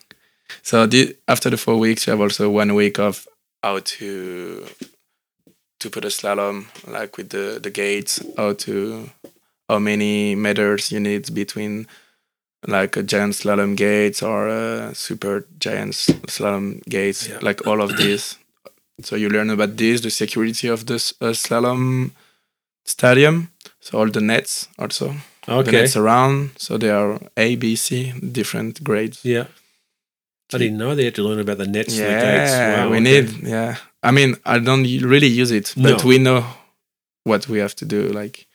B: So the, after the four weeks, you have also one week of how to to put a slalom, like with the the gates, how to how many meters you need between like a giant slalom gates or a super giant s- slalom gates,
A: Yeah.
B: like all of this. So you learn about this, the security of this uh, slalom stadium, so all the nets also okay.
A: Okay.
B: it's around. So they are A, B, C, different grades.
A: Yeah. I didn't know they had to learn about the nets and the gates.
B: Yeah,
A: Wow,
B: we
A: okay.
B: need. Yeah, I mean, I don't u- really use it, but
A: No.
B: we know what we have to do. Like,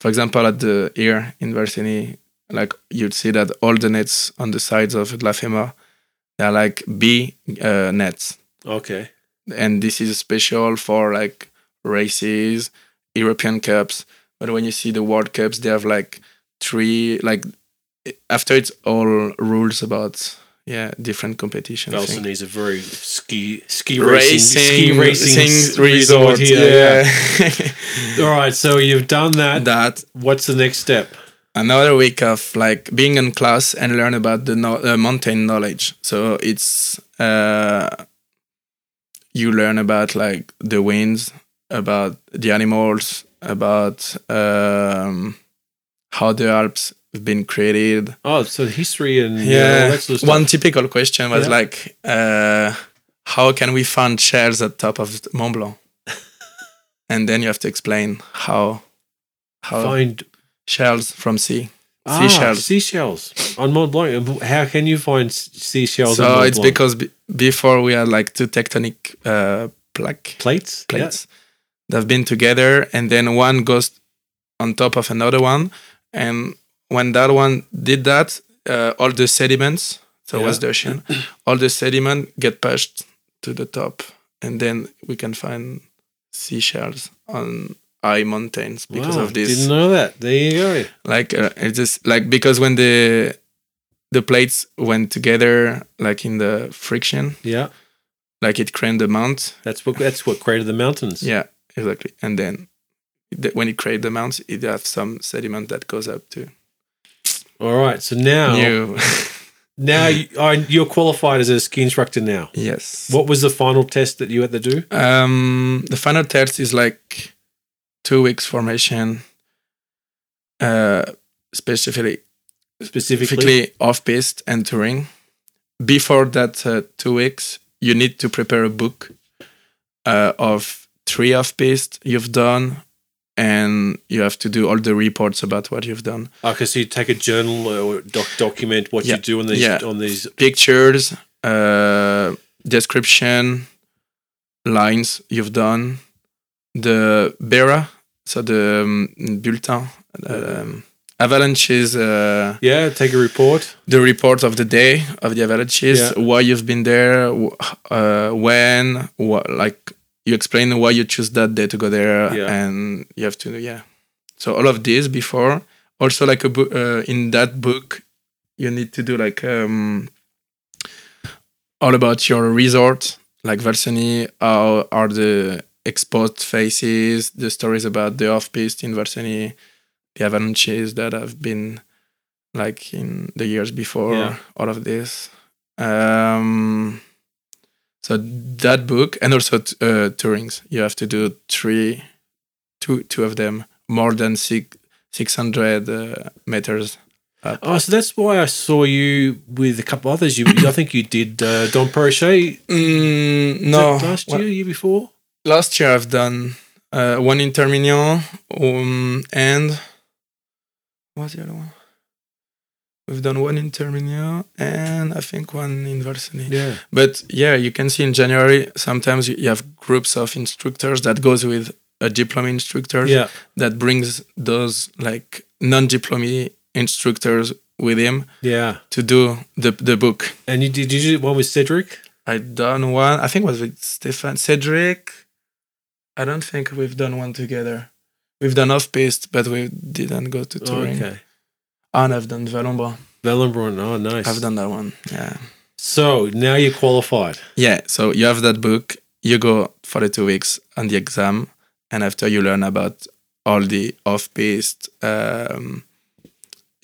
B: for example, at the here in Varsini, like you'd see that all the nets on the sides of La Fema, they're like B uh, nets,
A: Okay.
B: and this is special for like races, European Cups. But when you see the World Cups, they have like three like i- after it's all rules about yeah different competitions. I think.
A: Velsen is a very ski ski racing, ski racing s-
B: things
A: resort here. Yeah. All right. So you've done
B: yeah.
A: that.
B: that
A: What's the next step?
B: another week of like being in class and learn about the no- uh, mountain knowledge so it's uh you learn about like the winds about the animals about um how the alps have been created
A: Oh, so history and yeah,
B: yeah
A: all that sort of stuff.
B: one typical question was
A: Yeah.
B: like uh how can we find shells at top of mont blanc and then you have to explain how how
A: find
B: shells from sea
A: Ah,
B: Seashells.
A: seashells on Mont Blanc. And How can you find s- seashells? on
B: So
A: Mont
B: it's
A: Blanc?
B: because b- before we had like two tectonic uh, plaque
A: plates. Yeah.
B: plates that've been together, and then one goes on top of another one, and when that one did that, uh, all the sediments, so
A: Yeah.
B: what's the ocean, all the sediment get pushed to the top, and then we can find seashells on high mountains because
A: Wow,
B: of this.
A: Didn't know that. There you go.
B: like uh, it's just like because when the the plates went together like in the friction
A: Yeah,
B: like it craned the mount
A: that's what that's what created the mountains.
B: yeah exactly and then the, when it created the mount it has some sediment that goes up to
A: All right. So now,
B: new
A: now you, I, you're qualified as a ski instructor. Now,
B: yes
A: what was the final test that you had to do?
B: um the final test is like two weeks formation uh specifically
A: Specifically,
B: specifically off piste and touring. Before that uh, two weeks, you need to prepare a book uh, of three off piste you've done, and you have to do all the reports about what you've done,
A: okay. So you take a journal or doc- document what
B: Yeah,
A: you do on these
B: yeah.
A: on these.
B: pictures, uh, description, lines you've done, the Bera, so the um, bulletin, um, avalanches. Uh,
A: Yeah, take a report.
B: the report of the day of the avalanches,
A: Yeah.
B: why you've been there, wh- uh, when, wha- like you explain why you choose that day to go there,
A: Yeah.
B: and you have to yeah. So all of this before, also like a book uh, in that book, you need to do like um all about your resort, like Varsany, how are the exposed faces, the stories about the off piste in Varsany, the avalanches that have been like in the years before
A: Yeah.
B: all of this um so that book and also t- uh tourings you have to do three two two of them more than six 600 uh, meters
A: Oh, so that's why I saw you with a couple others. You, I think you did uh, Don Perrochet was
B: mm, no
A: it last year,
B: Well,
A: year before.
B: last year i've done uh one in termignon um and what's the other one we've done one in termignon and i think one in varsany
A: Yeah,
B: But yeah, you can see in January sometimes you you have groups of instructors that goes with a diploma instructor
A: yeah.
B: that brings those like non-diploma instructors with him
A: Yeah,
B: to do the the book.
A: and you did. Did you do one with Cedric?
B: I done one. I think it was with Stefan Cedric. I don't think we've done one together. We've done off piste, but we didn't go to touring. Ah,
A: Okay,
B: And I've done Valombre.
A: Valenbrun. Oh, nice.
B: I've done that one. Yeah.
A: So now you're qualified.
B: Yeah, so you have that book, you go for the two weeks on the exam, and after you learn about all the off-piste um,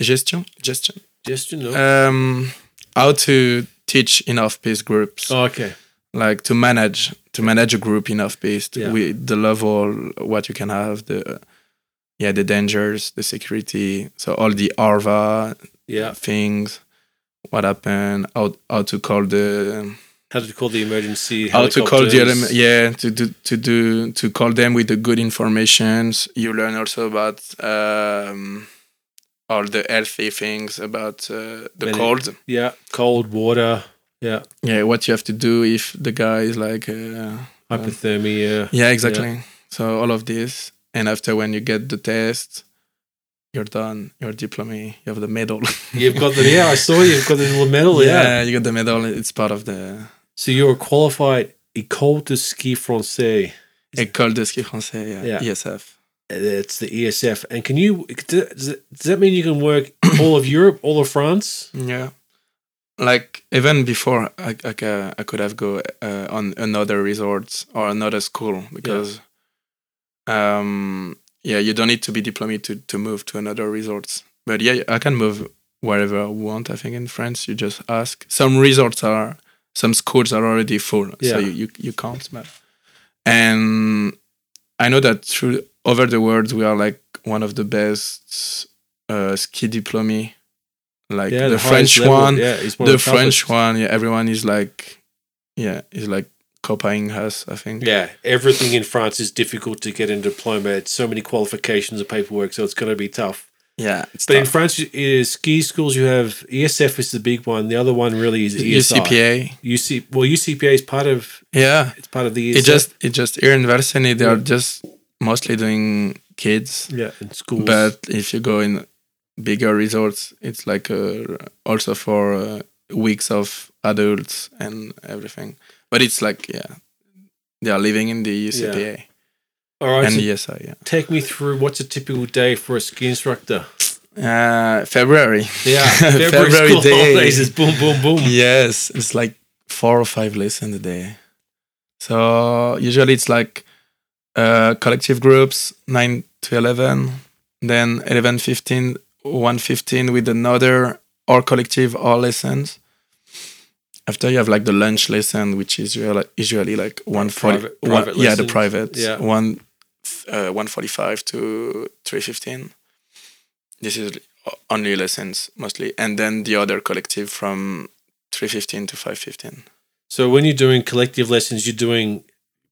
B: gestion, gestion,
A: Just you know.
B: um, how to teach in off-piste groups,
A: Oh, okay.
B: like to manage to manage a group in off-piste
A: Yeah.
B: with the level, what you can have, the yeah, the dangers, the security, so all the ARVA
A: Yeah.
B: things, what happened, how how to call the
A: How to call the emergency?
B: how to call the
A: helicopters.
B: element yeah to do to do to call them with the good informations you learn also about um all the healthy things about uh, the
A: Many-
B: cold
A: Yeah. Cold water. Yeah.
B: yeah what you have to do if the guy is like uh,
A: Hypothermia.
B: yeah exactly so all of this and after when you get the test you're done your diploma you have the medal
A: You've got the yeah. I saw you. You've got the little medal. Yeah.
B: you got the medal it's part of the
A: So you're qualified. École de ski français.
B: école de ski français yeah, E
A: Yeah.
B: ESF
A: It's the ESF. And can you? Does that- does that mean you can work all of Europe, all of France?
B: Yeah, like even before, I I, ca- I could have go uh, on another resort or another school because, um, yeah, you don't need to be diploma to to move to another resort. But yeah, I can move wherever I want. I think in France, you just ask. Some resorts are, some schools are already full,
A: Yeah.
B: so you you, you can't. But, and I know that through over the world, we are like one of the best uh, ski diploma. Like
A: yeah.
B: the,
A: highest
B: French
A: level,
B: one,
A: Yeah. It's one
B: the
A: of toughest.
B: French one, yeah, everyone is like, yeah, is like copying us, I think.
A: Yeah, everything in France is difficult to get a diploma. It's so many qualifications and paperwork, so it's going to be tough.
B: yeah it's
A: But in
B: tough.
A: France, you- uh, ski schools, you have ESF is the big one. The other one really is E ESI.
B: UCPA,
A: UC, well, UCPA is part of
B: yeah,
A: it's part of the ESF.
B: it just it just here in Varsany they are
A: Yeah.
B: just mostly doing kids,
A: E yeah, in schools.
B: but if you go in bigger resorts, it's like uh, also for uh, weeks of adults and everything. But it's like yeah, they are living in the UCPA.
A: All right.
B: and
A: so
B: yes, I yeah.
A: Take me through what's a typical day for a ski instructor.
B: Uh, February.
A: Yeah, February, school
B: day.
A: holidays is boom, boom, boom.
B: Yes, it's like four or five lessons a day. So usually it's like uh, collective groups, 9 to 11, then 11, 15, 1, 15 with another or collective or lessons. After you have like the lunch lesson, which is usually, usually like one forty,
A: private- private
B: yeah, the
A: lessons.
B: private,
A: Yeah.
B: one, uh, one forty-five to three fifteen. This is only lessons mostly, and then the other collective from 315 to 515
A: So when you're doing collective lessons, you're doing.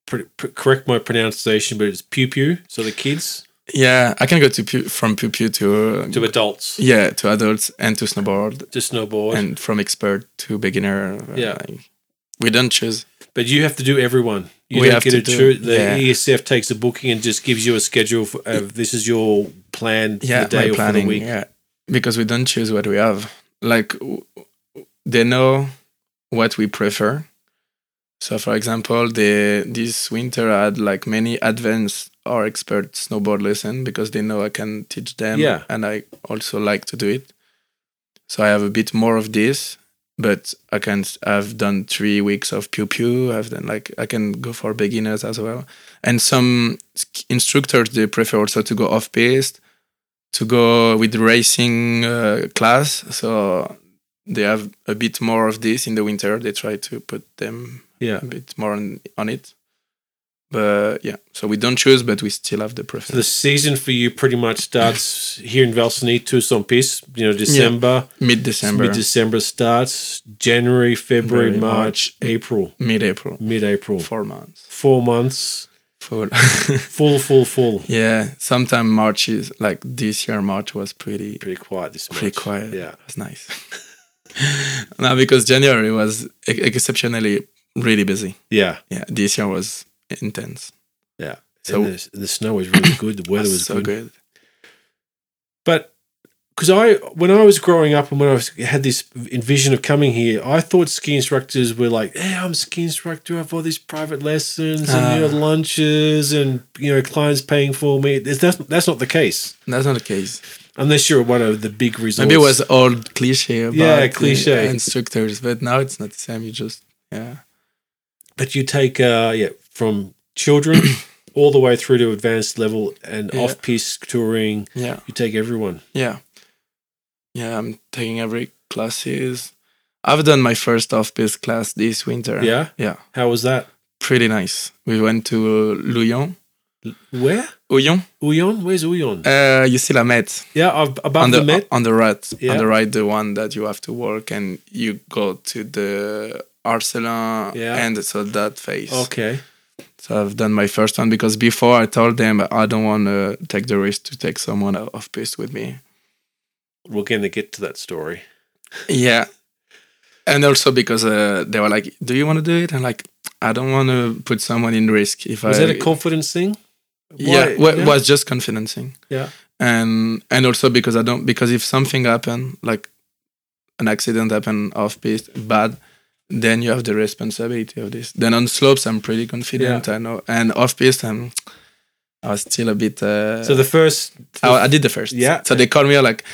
A: Pr- pr- correct my pronunciation, but it's pew pew. So the kids
B: yeah i can go to pu- from pew pew to, uh,
A: to adults
B: yeah to adults and to snowboard
A: to snowboard,
B: and from expert to beginner uh,
A: Yeah.
B: like, we don't choose
A: but you have to do everyone. You
B: We
A: don't
B: have
A: get
B: to
A: a
B: do-
A: choose. The
B: yeah.
A: ESF takes a booking and just gives you a schedule for, of this is your plan
B: yeah
A: for the day
B: my
A: or
B: planning
A: for the week.
B: yeah because we don't choose what we have like w- they know what we prefer so for example they this winter i had like many advanced or expert snowboard lesson because they know i can teach them
A: Yeah.
B: and i also like to do it so i have a bit more of this but i can i've done three weeks of pew pew i've done like i can go for beginners as well and some sk- instructors they prefer also to go off piste to go with racing uh, class so they have a bit more of this in the winter they try to put them
A: Yeah.
B: a bit more on, on it but yeah so we don't choose but we still have
A: So
B: the
A: the
B: preference
A: season for you pretty much starts here in Valsony, Tucson Peace, you know, December,
B: mid-december
A: mid December starts, January, February,
B: February,
A: March, April,
B: mid-april
A: mid April.
B: four months
A: Four months,
B: full
A: full, full, full.
B: yeah sometime march is like this year march was pretty
A: Pretty quiet this month.
B: Pretty quiet.
A: Yeah.
B: That's nice. no, because January was e- exceptionally really busy.
A: Yeah.
B: Yeah, this year was intense.
A: Yeah.
B: So-
A: and the, the snow was really good. The weather
B: was,
A: was
B: so
A: good.
B: good.
A: But because I, when I was growing up and when I was, had this vision of coming here, I thought ski instructors were like, "Hey, I'm a ski instructor. I have all these private lessons and you know,
B: Ah.
A: lunches and you know clients paying for me." It's- That's that's not the case
B: That's not the case.
A: unless you're at one of the big resorts.
B: Maybe it was old cliche about
A: Yeah,
B: the
A: cliche.
B: instructors, but now it's not the same. You just yeah,
A: but you take uh, yeah from children all the way through to advanced level and
B: Yeah.
A: off piste touring.
B: yeah,
A: You take everyone.
B: yeah, yeah. I'm taking every classes. I've done my first off-piste class this winter.
A: Yeah.
B: yeah,
A: How was that?
B: pretty nice. We went to Lyon.
A: Where?
B: Lyon,
A: Uyon? Where's Uyon?
B: uh, you see La Met.
A: yeah, ab- above
B: on
A: the,
B: the
A: Met.
B: on the right
A: Yeah.
B: on the right the one that you have to work and you go to the Arcelon
A: Yeah.
B: and so that phase.
A: Okay.
B: So I've done my first one because before I told them I don't want to take the risk to take someone o- off piste with me.
A: We're going to get to that story.
B: yeah, and also because uh, they were like, "Do you want to do it?" And like, I don't want to put someone in risk if
A: Was
B: I
A: that a confidence thing? Why-
B: yeah, wa-
A: yeah.
B: was just confidencing.
A: Yeah.
B: and and also because I don't because if something happened like an accident happened off piste bad, then you have the responsibility of this. Then on slopes I'm pretty confident. I know, and off piste I'm I was still a bit. Uh,
A: So the first,
B: Oh, I, I did the first.
A: Yeah.
B: So they called me like,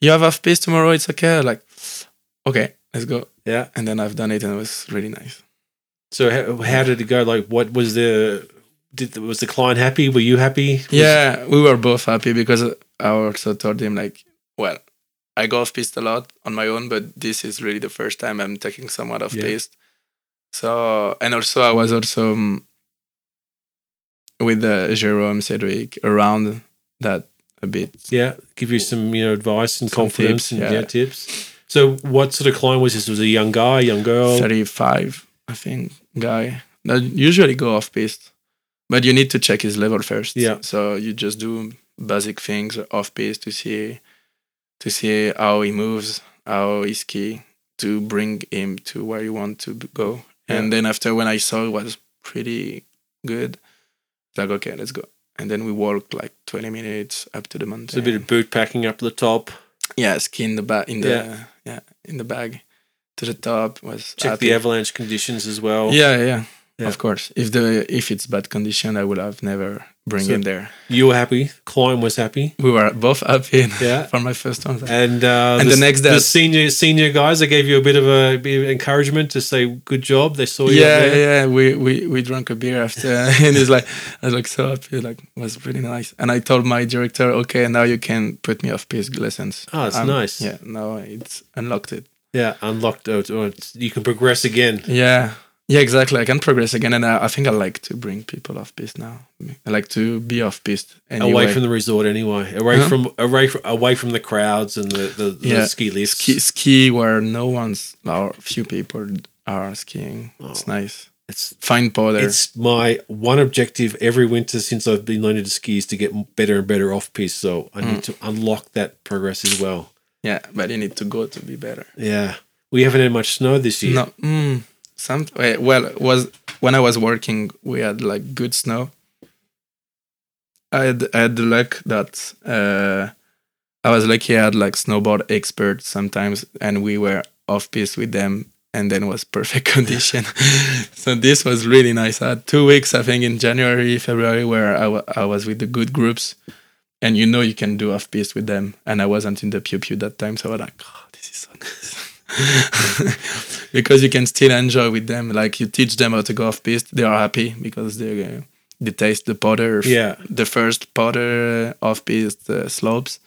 B: you have off piste tomorrow. It's okay. Like, okay, let's go.
A: yeah.
B: And then I've done it and it was really nice.
A: So how, how did it go? Like, what was the? Did the, was the client happy? Were you happy? Was-
B: Yeah, we were both happy because I also told him like, well, I go off piste a lot on my own, but this is really the first time I'm taking someone off
A: Yeah.
B: piste. So and also I was also um, with uh, Jerome Cedric around that a bit.
A: yeah. Give you some you know advice and
B: Some
A: confidence
B: tips,
A: and
B: yeah.
A: yeah. tips. So what sort of client was this? Was it a young guy, young girl?
B: 35, I think, guy that usually go off piste, but you need to check his level first.
A: Yeah.
B: So you just do basic things off piste to see, to see how he moves, how he ski, to bring him to where you want to b- go. And then after when I saw it was pretty good, like okay, let's go. And then we walked like 20 minutes up to the mountain.
A: It's a bit of boot packing up the top.
B: yeah, ski in the bag in the
A: Yeah.
B: yeah. in the bag to the top was
A: Check
B: happy.
A: the avalanche conditions as well.
B: Yeah, yeah.
A: Yeah.
B: Of course, if the if it's bad condition, I would have never bring
A: So-
B: it there.
A: You were happy. Klein was happy.
B: We were both happy
A: Yeah.
B: for my first one.
A: And uh,
B: And the
A: s-
B: next day-
A: the senior senior guys, they gave you a bit of a bit of encouragement to say good job. They saw you.
B: yeah,
A: out there.
B: yeah. We, we we drank a beer after, and it's like I was like so happy. Like was really nice. And I told my director, okay, now you can put me off PS lessons.
A: Oh, it's
B: Um,
A: nice.
B: Yeah, now it's unlocked it.
A: Yeah, unlocked. Oh, it's- oh, it's- you can progress again.
B: Yeah, yeah, exactly. I can progress again, and I, I think I like to bring people off piste now. I like to be off piste anyway.
A: Away from the resort, anyway. Away
B: Huh?
A: from away from, away from the crowds and the, the, the
B: Yeah.
A: ski lifts.
B: ski, ski where no one's or few people are skiing. It's nice.
A: It's
B: Fine powder.
A: it's my one objective every winter since I've been learning to ski is to get better and better off piece. So I
B: Mm.
A: need to unlock that progress as well.
B: yeah, but you need to go to be better.
A: Yeah, we haven't had much snow this year.
B: No, mm, some eh, well it was when I was working, we had like good snow. I had I had the luck that uh, I was lucky. I had like snowboard experts sometimes, and we were off piste with them, and then was perfect condition. so this was really nice. I had two weeks, I think, in January, February, where I wa- I was with the good groups, and you know you can do off piste with them, and I wasn't in the pew pew that time, so I was like, oh, this is so nice. because you can still enjoy with them. Like you teach them how to go off piste, they are happy because they uh, they taste the powder,
A: Yeah,
B: the first powder off piste uh, slopes,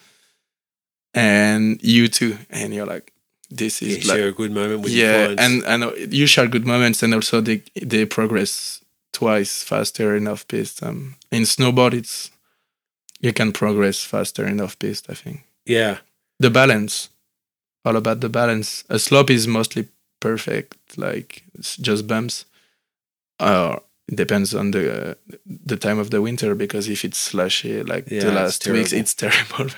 B: and you too, and you're like, this
A: you
B: is like
A: share a good moment with your
B: yeah,
A: clients.
B: and and you share good moments, and also they they progress twice faster in off piste. Um, in snowboard, it's you can progress faster in off piste. I think
A: yeah,
B: the balance, all about the balance. A slope is mostly perfect, like it's just bumps. Or it depends on the uh, the time of the winter because if it's slushy, like
A: Yeah,
B: the
A: it's
B: last two weeks,
A: terrible.
B: it's terrible.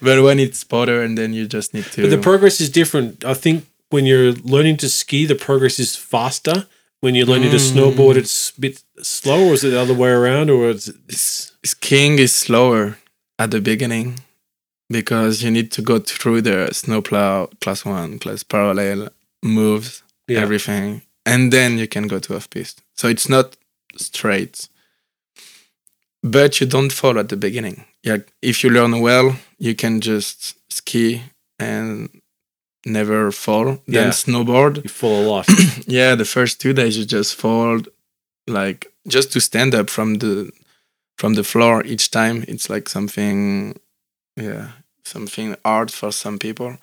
B: but when it's powder, and then you just need to.
A: but the progress is different. I think when you're learning to ski, the progress is faster. When you're learning to
B: Mm.
A: snowboard, it's a bit slower. Or is it the other way around? Or it's, it's
B: skiing is slower at the beginning because you need to go through the snowplow class one, class parallel moves,
A: Yeah.
B: everything, and then you can go to off piste. So it's not straight, but you don't fall at the beginning. Yeah, if you learn well, you can just ski and never fall.
A: Yeah.
B: Then snowboard,
A: you fall a lot.
B: yeah the first two days you just fall like just to stand up from the from the floor each time it's like something yeah something hard for some people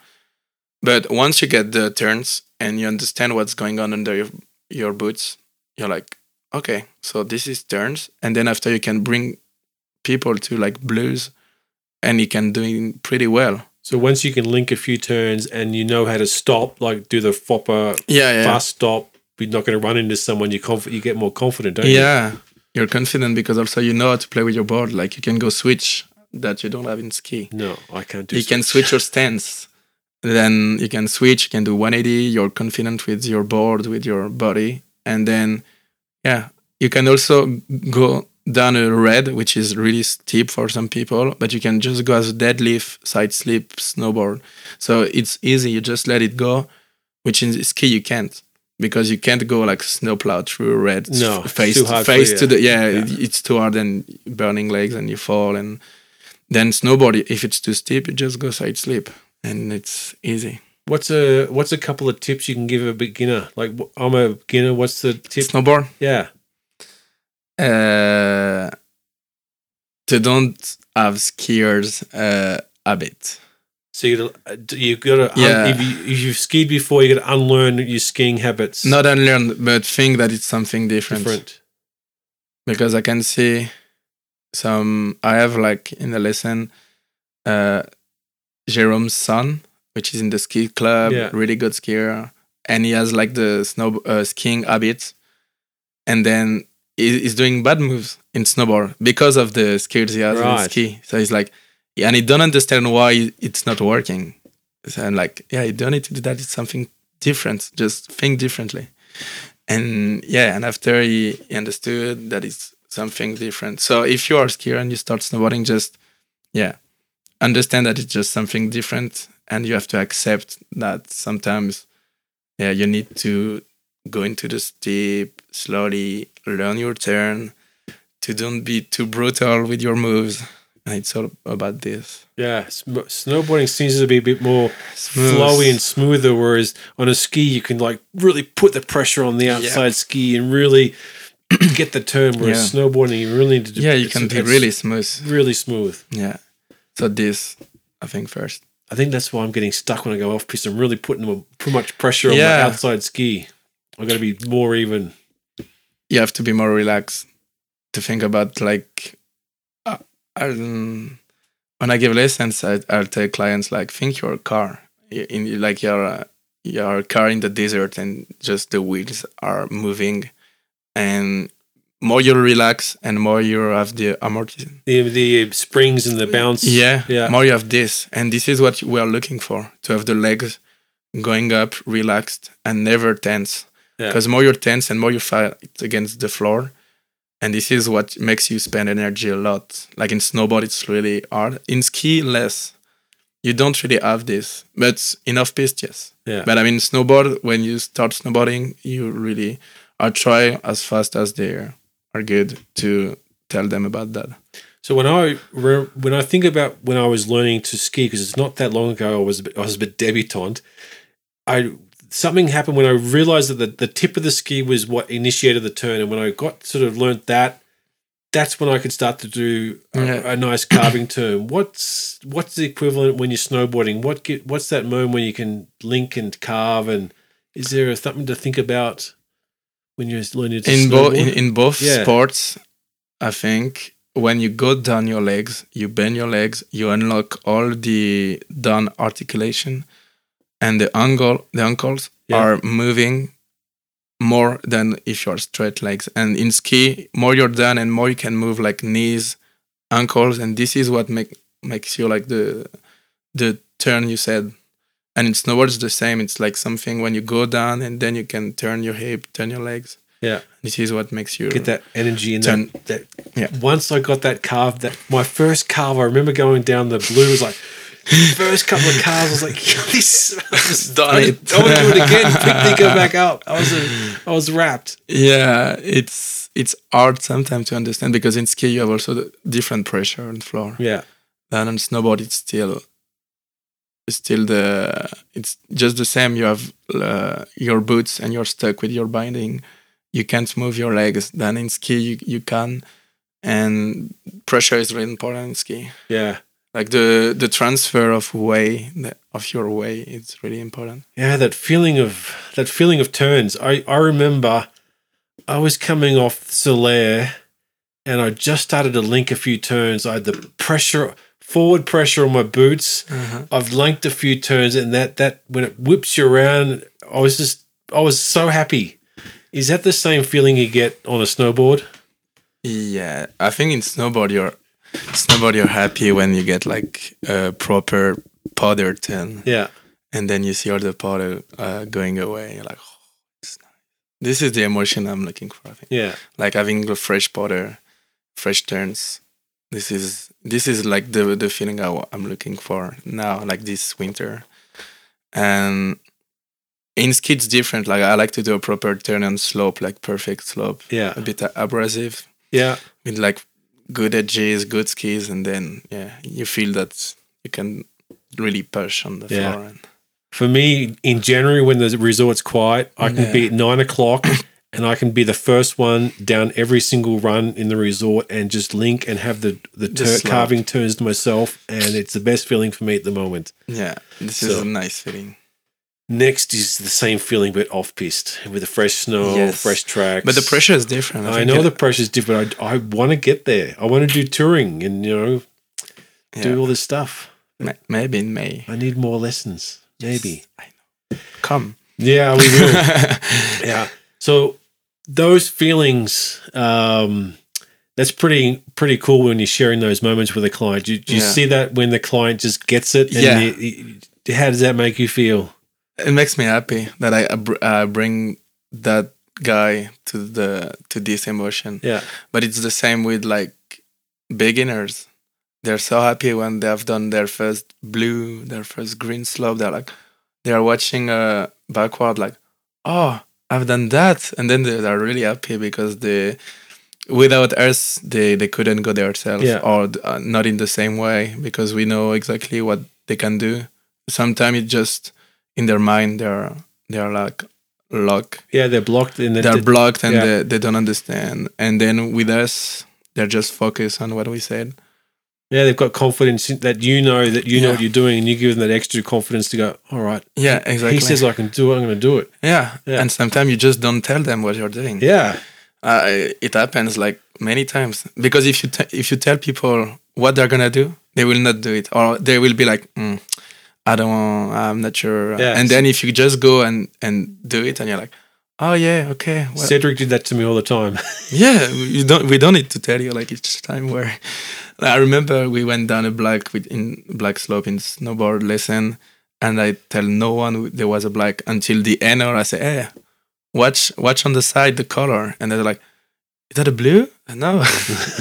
B: but once you get the turns and you understand what's going on under your, your boots you're like okay so this is turns and then after you can bring people to like blues and you can doing pretty well
A: so once you can link a few turns and you know how to stop, like do the fopper
B: yeah yeah
A: fast stop. You're not going to run into someone. You conf- you get more confident, don't you?
B: yeah you're confident because also you know how to play with your board like you can go switch that you don't have in ski
A: No, I can't do.
B: you can switch your stance then you can switch you can do 180 you're confident with your board with your body and then yeah you can also go down a red which is really steep for some people but you can just go as a deadlift side slip snowboard so it's easy you just let it go which in ski you can't because you can't go like snowplow through a red
A: No, it's
B: face
A: too hard for
B: face
A: you.
B: to the yeah,
A: Yeah.
B: it- it's too hard and burning legs and you fall and then snowboard if it's too steep you just go side slip and it's easy
A: What's a what's a couple of tips you can give a beginner? Like wh- I'm a beginner. What's the tip?
B: snowboard
A: Yeah,
B: uh they don't have skiers uh habit
A: so you gotta- uh, d- you got to
B: Yeah.
A: if, you, if you've skied before, you got to unlearn your skiing habits.
B: not unlearned but think that it's something different,
A: different.
B: because i can see some i have like in the lesson uh jerome's son which is in the ski club
A: Yeah.
B: really good skier and he has like the snow uh, skiing habits and then he- he's doing bad moves in snowboard because of the skills he has in
A: Right.
B: ski. So he's like, yeah, and he don't understand why it's not working. So I'm like, yeah, you don't need to do that. It's something different. Just think differently. And yeah, and after he, he understood that it's something different. So if you are a skier and you start snowboarding, just yeah, understand that it's just something different, and you have to accept that sometimes yeah you need to go into the steep slowly learn your turn to don't be too brutal with your moves and it's all about this
A: Yeah, sm- snowboarding seems to be a bit more
B: Smooth.
A: flowy and smoother, whereas on a ski you can like really put the pressure on the outside ski and really get the turn. Whereas snowboarding, you really need to do-
B: yeah you
A: it's-
B: can be
A: it's
B: really smooth
A: really smooth.
B: yeah so this i think first
A: I think that's why I'm getting stuck when I go off piste. I'm really putting too much pressure on
B: Yeah.
A: my outside ski. I've got to be more even.
B: you have to be more relaxed to think about like uh, um, when I give lessons, I, I'll tell clients like think your car Y- in like your uh, your car in the desert and just the wheels are moving, and more you relax and more you have the amortization.
A: The, the uh, springs and the bounce.
B: Yeah,
A: Yeah.
B: More you have this, and this is what we are looking for: to have the legs going up, relaxed, and never tense.
A: Yeah.
B: Because more you're tense, and more you fight against the floor, and this is what makes you spend energy a lot. Like in snowboard, it's really hard. In ski, less. You don't really have this, but enough piste, yes.
A: Yeah.
B: But I mean, snowboard. When you start snowboarding, you really are try as fast as they are good to tell them about that.
A: So when I re- when I think about when I was learning to ski, because it's not that long ago, I was a bit, I was a bit debutante. I something happened when I realized that the, the tip of the ski was what initiated the turn, and when I got sort of learnt that, that's when I could start to do a,
B: Yeah.
A: a nice carving turn. What's what's the equivalent when you're snowboarding? What get, what's that moment when you can link and carve? And is there something to think about when you're learning to
B: in both
A: snowboard?
B: in, in both
A: Yeah.
B: sports i think when you go down your legs you bend your legs you unlock all the down articulation and the angle the ankles
A: Yeah.
B: are moving more than if you're straight legs and in ski more you're done and more you can move like knees ankles and this is what make, makes you like the the turn you said and in snowboard it's the same it's like something when you go down and then you can turn your hip turn your legs
A: yeah.
B: this is what makes you
A: get that energy and
B: Turn-
A: that, that
B: yeah.
A: once I got that carve that my first carve I remember going down the blue was like first couple of carves I was like this I was done I
B: it.
A: want to do it again quickly go back up I was uh, I was wrapped
B: yeah it's it's hard sometimes to understand because in ski you have also the different pressure on floor
A: yeah
B: and on snowboard it's still it's still the it's just the same you have uh, your boots and you're stuck with your binding you can't move your legs then in ski you, you can and pressure is really important in ski
A: yeah
B: like the the transfer of way of your way it's really important
A: yeah that feeling of that feeling of turns I I remember I was coming off Solaire and I just started to link a few turns I had the pressure forward pressure on my boots I've linked a few turns, and that that when it whips you around, I was just I was so happy. Is that the same feeling you get on a snowboard?
B: Yeah, I think in snowboard you're snowboard you're happy when you get like a proper powder turn,
A: Yeah,
B: and then you see all the powder uh, going away. You're like, oh, it's nice. This is the emotion I'm looking for. I think
A: yeah,
B: like having the fresh powder, fresh turns. This is this is like the the feeling I, wa- I'm looking for now, like this winter, and. In ski, it's different. Like I like to do a proper turn on slope, like perfect slope,
A: yeah,
B: a bit abrasive,
A: yeah,
B: with like good edges, good skis, and then yeah, you feel that you can really push on the
A: Yeah.
B: floor. And
A: For me, in January when the resort's quiet, I can
B: Yeah.
A: be at nine o'clock, and I can be the first one down every single run in the resort, and just link and have the the tur-
B: Just love.
A: carving turns to myself, and it's the best feeling for me at the moment.
B: yeah, this is
A: So-
B: a nice feeling.
A: Next is the same feeling but off piste with the fresh snow,
B: Yes.
A: fresh tracks,
B: But the pressure is different.
A: I
B: think
A: know
B: it-
A: the pressure's different. I, I want to get there. I want to do touring and you know
B: yeah,
A: do all this stuff.
B: ma- maybe in May.
A: I need more lessons, maybe.
B: I know. Come.
A: Yeah, we will. yeah. So those feelings, um, that's pretty pretty cool when you're sharing those moments with a client. Do, do you
B: Yeah.
A: see that when the client just gets it?
B: Yeah.
A: you- you- how does that make you feel?
B: it makes me happy that I, uh, br- uh, bring that guy to the to this emotion.
A: Yeah.
B: but it's the same with like beginners they're so happy when they have done their first blue their first green slope they're like they're watching uh backward like oh I've done that, and then they are really happy because they, without us, they they couldn't go themselves
A: Yeah.
B: or uh, not in the same way because we know exactly what they can do. Sometimes it just in their mind they are they are like locked
A: Yeah, they're blocked in the.
B: they're blocked and
A: yeah.
B: they, they don't understand. And then with us, they're just focused on what we said.
A: yeah, they've got confidence in- that you know that you know
B: Yeah.
A: what you're doing, and you give them that extra confidence to go. All right,
B: Yeah, exactly.
A: he says I can do it. I'm going to do it.
B: yeah.
A: Yeah.
B: and sometimes you just don't tell them what you're doing.
A: Yeah,
B: Uh, it happens like many times because if you t- if you tell people what they're gonna do, they will not do it, or they will be like, "Mm, I don't, I'm not sure.
A: Yeah.
B: And then if you just go and and do it, and you're like, oh yeah, okay, well,
A: Cedric did that to me all the time.
B: Yeah, you don't. We don't need to tell you like each time where. I remember we went down a black with in black slope in snowboard lesson, and I tell no one there was a black until the end, or I say, "Hey, watch watch on the side the color," and they're like, "Is that a blue?" No,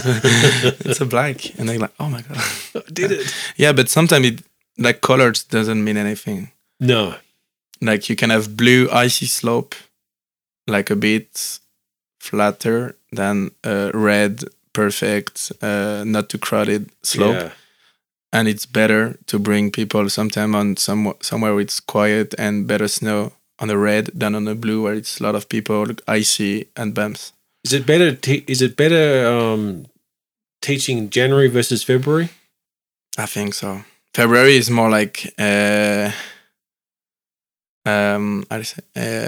B: it's a black, and they're like, "Oh my god."
A: did it?
B: Yeah, but sometimes it like colors doesn't mean anything
A: No.
B: like you can have blue icy slope like a bit flatter than uh, red perfect uh, not too crowded slope
A: Yeah.
B: and it's better to bring people sometime on some somewhere where it's quiet and better snow on a red than on a blue where it's a lot of people icy and bumps
A: Is it better? Te- is it better um, teaching January versus February?
B: i think so february is more like uh um how do you say,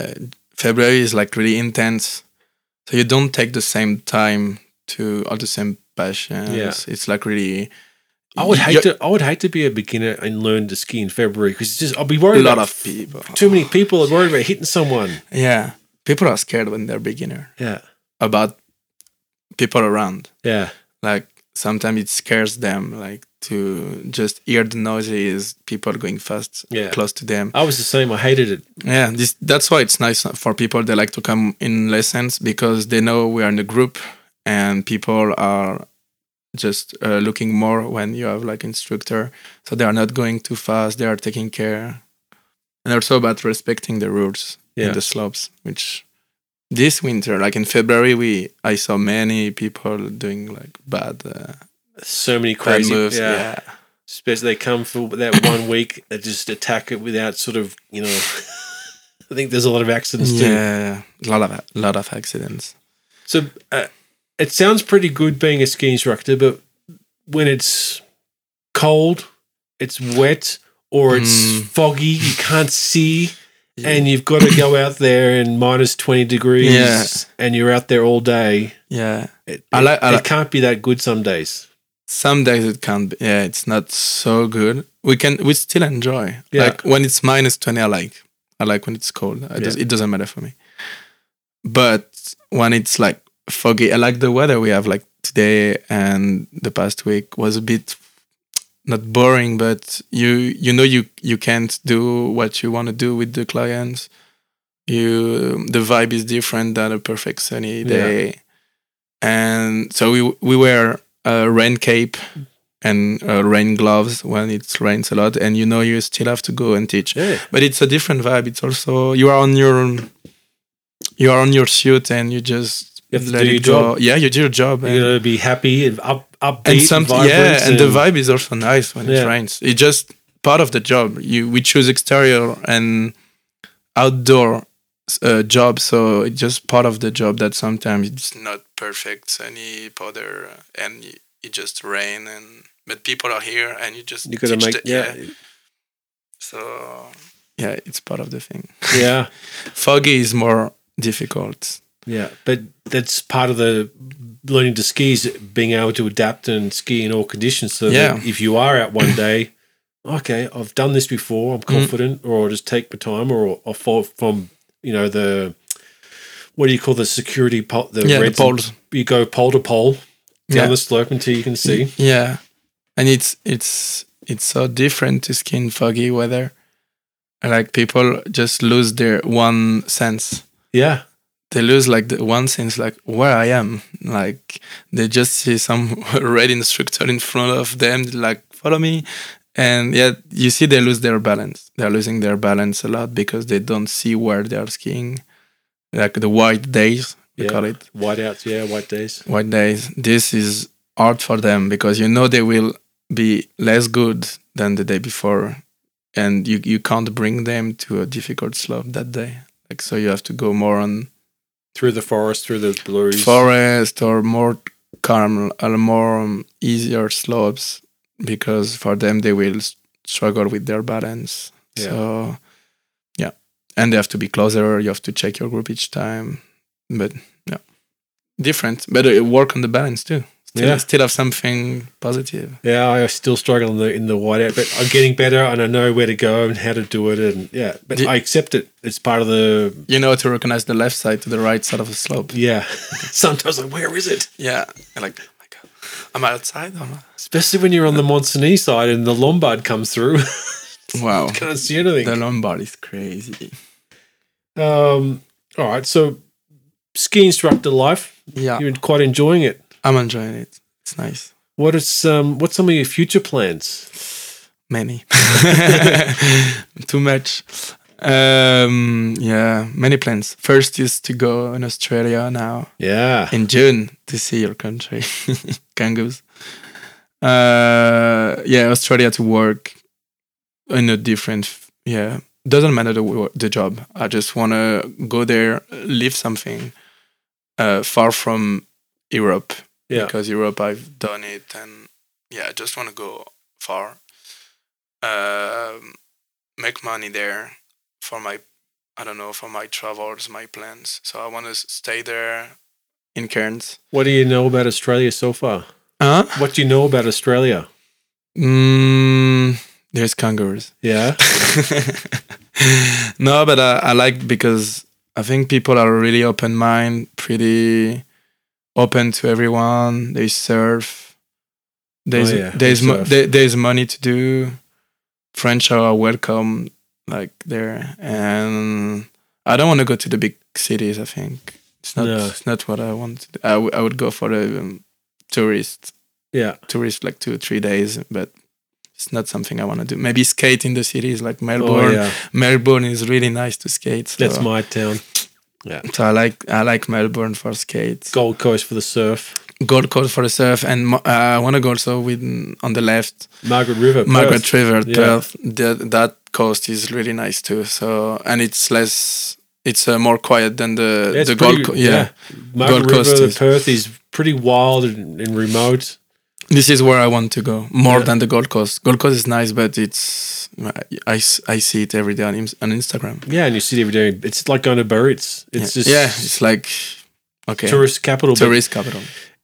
B: uh, february is like really intense so you don't take the same time to all the same passions. It's like really.
A: I would hate
B: you-
A: to. I would hate to be a beginner and learn to ski in February because it's just I'll be
B: a
A: worried
B: lot
A: about
B: of people.
A: too many people are worried about hitting someone.
B: Yeah, people are scared when they're beginner
A: Yeah,
B: about people around.
A: yeah,
B: Like sometimes it scares them, like to just hear the noises, people going fast
A: yeah.
B: close to them.
A: I was the same. I hated it.
B: Yeah, this, that's why it's nice for people that like to come in lessons because they know we are in a group and people are just uh, looking more when you have like instructor. So they are not going too fast. They are taking care, and also about respecting the rules
A: Yeah.
B: in the slopes. Which this winter, like in February, we I saw many people doing like bad, uh,
A: So many
B: bad
A: crazy
B: moves.
A: Yeah.
B: Yeah.
A: Especially they come for that one week. They just attack it without sort of you know. I think there's a lot of accidents too.
B: yeah, a lot of a lot of accidents.
A: So uh, it sounds pretty good being a ski instructor, but when it's cold, it's wet, or it's
B: Mm.
A: foggy, you can't see, and you've got to go out there in minus 20 degrees
B: Yeah.
A: and you're out there all day.
B: yeah.
A: It,
B: I like- I
A: it
B: like-
A: can't be that good some days.
B: some days it can't be yeah it's not so good we can we still enjoy
A: Yeah.
B: like when it's minus 20 i like i like when it's cold I just, it doesn't matter for me but when it's like foggy i like the weather we have like today and the past week was a bit not boring but you you know you you can't do what you want to do with the clients you the vibe is different than a perfect sunny
A: Yeah.
B: day and so we we wear a rain cape and uh, rain gloves when it rains a lot and you know you still have to go and teach
A: Yeah.
B: but it's a different vibe it's also you are on your you are on your suit and you just
A: You have to do your
B: it go. yeah you do your job
A: You're
B: and,
A: going to be happy and up, upbeat
B: and
A: and,
B: some
A: vibrant.
B: yeah and,
A: and-
B: the vibe is also nice when
A: Yeah.
B: it rains it's just part of the job you we choose exterior and outdoor uh, job so it's just part of the job that sometimes it's not perfect sunny powder and y- it just rain and but people are here and you just
A: you got to
B: teach
A: make,
B: the-
A: yeah,
B: so yeah it's part of the thing
A: yeah,
B: foggy is more difficult
A: yeah. But that's part of the learning to ski is being able to adapt and ski in all conditions. So
B: Yeah.
A: that if you are out one day, okay, I've done this before,
B: Mm.
A: I'm confident, or I'll just take my time, or I'll fall from, you know, the, what do you call the security, pole, the
B: yeah the
A: reds and-
B: poles
A: you go pole to pole down
B: Yeah. Mm.
A: the slope until you can see.
B: Yeah, and it's it's it's so different to ski in foggy weather. Like people just lose their one sense.
A: Yeah,
B: They lose like the one sense, like where I am. Like they just see some red instructor in front of them, like follow me, and yeah, you see they lose their balance. They're losing their balance a lot because they don't see where they are skiing, like the white days we call it
A: Whiteouts, yeah, white days.
B: white days. This is hard for them because you know they will be less good than the day before, and you you can't bring them to a difficult slope that day. Like so, you have to go more on
A: Through the forest, through the blues.
B: forest or more calm or more um, easier slopes because for them they will s- struggle with their balance.
A: Yeah.
B: So yeah, and they have to be closer. You have to check your group each time, but yeah, different. But uh, work on the balance too. Still,
A: Yeah.
B: still have something positive.
A: Yeah, I still struggle in the in the whiteout, but I'm getting better and I know where to go and how to do it and yeah. But
B: Did-
A: I accept it. It's part of the
B: You know to recognize the left side to the right side of a slope.
A: yeah. Sometimes I'm where is it?
B: Yeah, and like oh my god, I'm outside. Or not?
A: Especially when you're on the Montanese side and the Lombard comes through.
B: Wow,
A: Can't see
B: the
A: anything.
B: Lombard is crazy.
A: Um all right, so ski instructor life.
B: Yeah,
A: You're quite enjoying it.
B: I'm enjoying it. It's nice.
A: What is um what's some of your future plans?
B: many too much um yeah many plans first is to go in australia now
A: Yeah.
B: in june to see your country kangaroos uh yeah australia to work in a different f- yeah doesn't matter the, wo- the job i just want to go there live something uh far from europe
A: Yeah.
B: because Europe I've done it and yeah, I just want to go far, um, make money there for my I don't know for my travels, my plans. So I want to stay there in Cairns.
A: What do you know about Australia so far?
B: Huh?
A: What do you know about Australia?
B: Mm, there's kangaroos.
A: Yeah.
B: no, but I, I like because I think people are really open mind, pretty open to everyone. They surf. There's
A: Oh, yeah,
B: there's
A: they
B: mo-
A: surf.
B: there, there's money to do. French are welcome, like there, and I don't want to go to the big cities. I think it's not
A: No.
B: it's not what I want. To do. I, w- I would go for the um, tourist
A: Yeah.
B: tourist like two or three days, but it's not something I want to do. Maybe skate in the cities like Melbourne.
A: Oh, yeah.
B: Melbourne is really nice to skate. So,
A: That's my town.
B: so I like I like Melbourne for skates.
A: Gold Coast for the surf.
B: Gold Coast for the surf, and mo- uh, I want to go also with on the left
A: Margaret River.
B: Margaret
A: Perth.
B: River.
A: Yeah.
B: Perth. That that coast is really nice too. So and it's less. It's uh, more quiet than the
A: Yeah, it's
B: the Gold
A: pretty-
B: Coast. Yeah.
A: Margaret
B: Gold
A: River,
B: Coast
A: the
B: is-
A: Perth is pretty wild and, and remote.
B: this is where I want to go more
A: Yeah.
B: than the Gold Coast. Gold Coast is nice, but it's I, s- I see it every day on, Ins- on Instagram.
A: Yeah, and you see it every day. It's like going to Burrit's. It's
B: yeah.
A: just
B: yeah, it's like okay, tourist,
A: tourist capital. but
B: capital.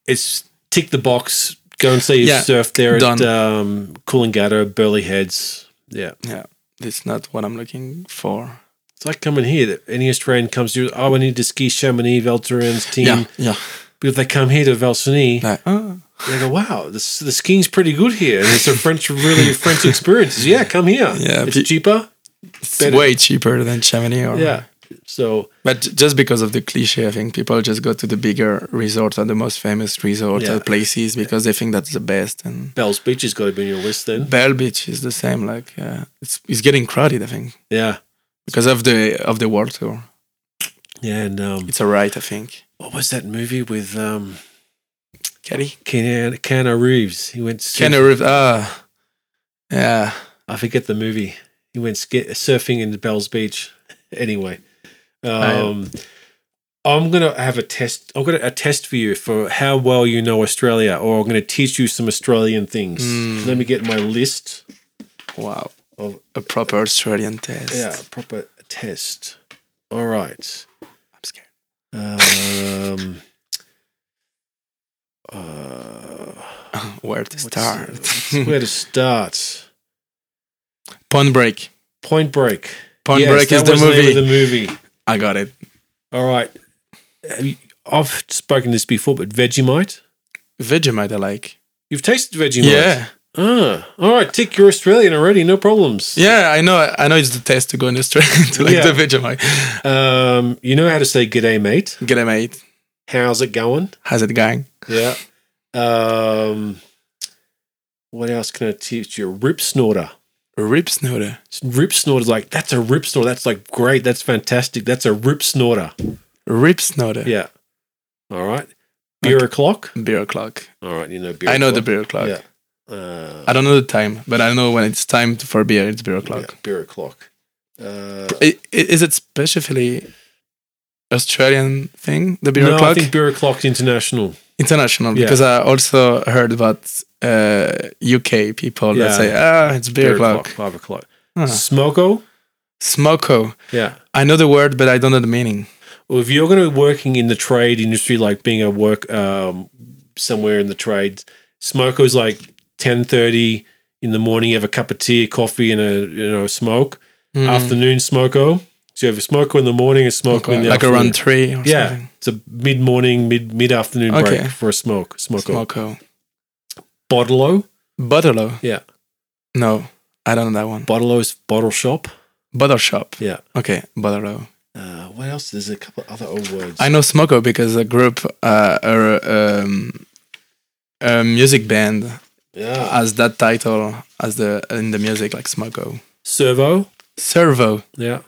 A: It's tick the box. Go and see
B: Yeah,
A: surf there
B: done.
A: at um, Coolangatta, Burley Heads. Yeah,
B: Yeah, that's not what I'm looking for.
A: it's like coming here. That any Australian comes to, oh, I need to ski Chamonix, Velterin's team.
B: Yeah, yeah.
A: But if they come here to Valsigny,
B: Like, oh,
A: they go, wow, this, the skiing's pretty good here. And it's a French, really French experience. Yeah, come here.
B: Yeah,
A: it's
B: pe-
A: cheaper.
B: it's
A: Better.
B: way cheaper than Chamonix. Or,
A: Yeah. Um, So
B: but j- just because of the cliche, I think people just go to the bigger resorts or the most famous resorts
A: Yeah.
B: or places because they think that's the best. And
A: Bell's Beach has got to be on your list then.
B: Bell Beach is the same. Like, uh, it's it's getting crowded. I think
A: Yeah.
B: because of the of the world tour.
A: Yeah. And um,
B: It's alright, I think.
A: what was that movie with um,
B: Kelly?
A: Keanu, Keanu Reeves? He went surf-
B: Keanu Reeves. Ah, yeah.
A: I forget the movie. He went sk- surfing in Bell's Beach. Anyway, um, I'm gonna have a test. I've got a test for you for how well you know Australia, or I'm gonna teach you some Australian things.
B: Mm.
A: Let me get my list.
B: Wow.
A: Of-
B: a proper Australian test.
A: Oh. Yeah, a proper test. All right.
B: I'm scared.
A: Um, uh,
B: Where
A: what's-
B: to start?
A: where to start?
B: Pawn Break.
A: Point Break.
B: Pawn
A: Yes,
B: Break
A: that
B: is the
A: was name
B: movie.
A: of the movie.
B: I got it.
A: All right. Have you- I've spoken this before, but Vegemite.
B: Vegemite I like.
A: You've tasted Vegemite.
B: Yeah.
A: Ah, all right. Tick, you're Australian already. No problems.
B: Yeah, I know. I know it's the test to go in Australia to like
A: Yeah.
B: the Vegemite.
A: Um, you know how to say "g'day, mate."
B: Get it, mate.
A: How's it going?
B: How's it going?
A: Yeah. Um, what else can I teach you? Rip snorter.
B: Rip Snooter.
A: Rip snorter's like that's a rip snorter. That's like great. That's fantastic. That's a rip snorter.
B: Rip Snowden.
A: Yeah. All right. Beer
B: Okay.
A: o'clock.
B: Beer o'clock.
A: All right. You know beer.
B: I know the
A: o'clock.
B: beer o'clock.
A: Yeah. Uh,
B: I don't know the time, but I know when it's time to- for beer, it's beer o'clock.
A: yeah, beer o'clock. Uh,
B: I- i- Is it specifically Australian thing, the beer
A: no,
B: o'clock?
A: I think beer o'clock's international.
B: International,
A: Yeah.
B: because I also heard about uh, UK people
A: Yeah.
B: that say, ah, it's beer, o'clock. Uh-huh.
A: Five o'clock.
B: Huh.
A: Smoko.
B: Smoko.
A: Yeah.
B: I know the word, but I don't know the meaning.
A: Well, if you're going to be working in the trade industry, like being a work um, somewhere in the trades, smoke is like ten thirty in the morning. You have a cup of tea, coffee, and a you know smoke.
B: Mm.
A: Afternoon smoko. So you have a smoko in the morning, a smoko in the
B: like
A: afternoon.
B: around three or
A: Yeah,
B: something.
A: it's a mid morning, mid mid afternoon
B: Okay.
A: break for a smoke. Smoko.
B: Smoko.
A: Bottle-o.
B: Bottle.
A: Yeah.
B: No, I don't know that one.
A: Bottle-o is bottle shop.
B: Bottle shop.
A: Yeah.
B: Okay, Bottle.
A: Uh, what else? There's a couple of other old words.
B: I know Smoko because a group, uh, or, um, a music band
A: yeah.
B: has that title as the in the music, like Smoko.
A: Servo.
B: Servo.
A: Yeah.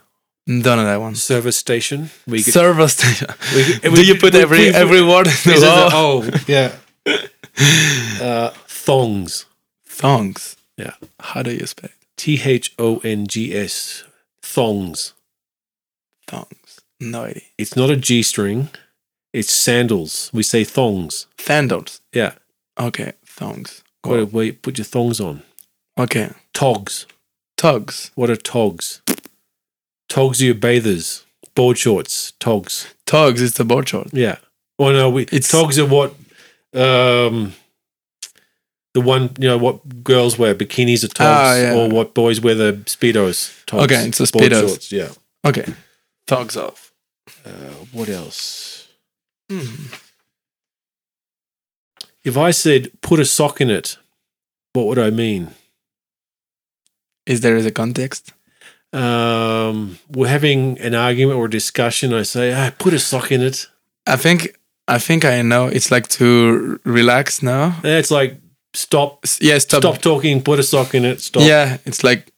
B: Don't know that one.
A: Service station. We get,
B: Servo station.
A: we get-
B: Do
A: we-
B: you put
A: we-
B: every
A: we-
B: every word in
A: Is
B: the
A: it
B: law?
A: the- oh, yeah. Uh, thongs.
B: Thongs.
A: Yeah.
B: How do you spell it?
A: T H O N G S. Thongs.
B: Thongs. No idea.
A: It's not a G string. It's sandals. We say thongs.
B: Sandals.
A: Yeah.
B: Okay. Thongs.
A: What a way put your thongs on.
B: Okay.
A: Togs.
B: Togs.
A: What are togs? Togs are your bathers. Board shorts. Togs.
B: Togs is the board short.
A: Yeah. Well, no, we,
B: It's-
A: togs are what um, the one you know what girls wear bikinis are togs,
B: Ah, yeah.
A: or what boys wear the speedos. Togs,
B: Okay, it's the
A: board
B: Speedos.
A: shorts, yeah.
B: Okay. Togs off.
A: Uh, what else?
B: Hmm.
A: If I said put a sock in it, what would I mean?
B: Is there is a context?
A: Um, we're having an argument or a discussion. I say, ah, put a sock in it.
B: I think I think I know. It's like to r- relax now.
A: And it's like stop,
B: S- Yeah. Stop.
A: stop, talking. Put a sock in it. Stop.
B: Yeah. It's like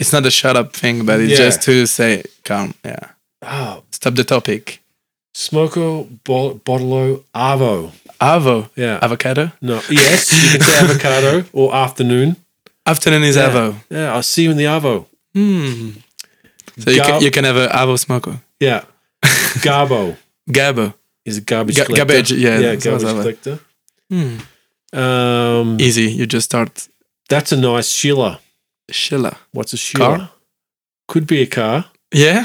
B: it's not a shut up thing, but it's
A: Yeah.
B: just to say calm. Yeah.
A: Oh,
B: Stop the topic.
A: smoko, bo- bottle, arvo.
B: Avo.
A: Yeah.
B: Avocado.
A: No. Yes, you can say avocado or afternoon.
B: Afternoon is
A: Yeah.
B: avo.
A: Yeah, I'll see you in the Arvo.
B: Hmm. So you
A: Gar-
B: can, you can have a avo smoko.
A: Yeah. Garbo
B: Gabo.
A: is a garbage
B: Ga-
A: collector.
B: garbage,
A: Yeah,
B: yeah, that's what
A: garbage
B: I was-
A: collector.
B: Hmm.
A: Um,
B: Easy. You just start
A: that's a nice Sheila.
B: Shilla.
A: What's a Sheila?
B: Car?
A: Could be a car,
B: Yeah.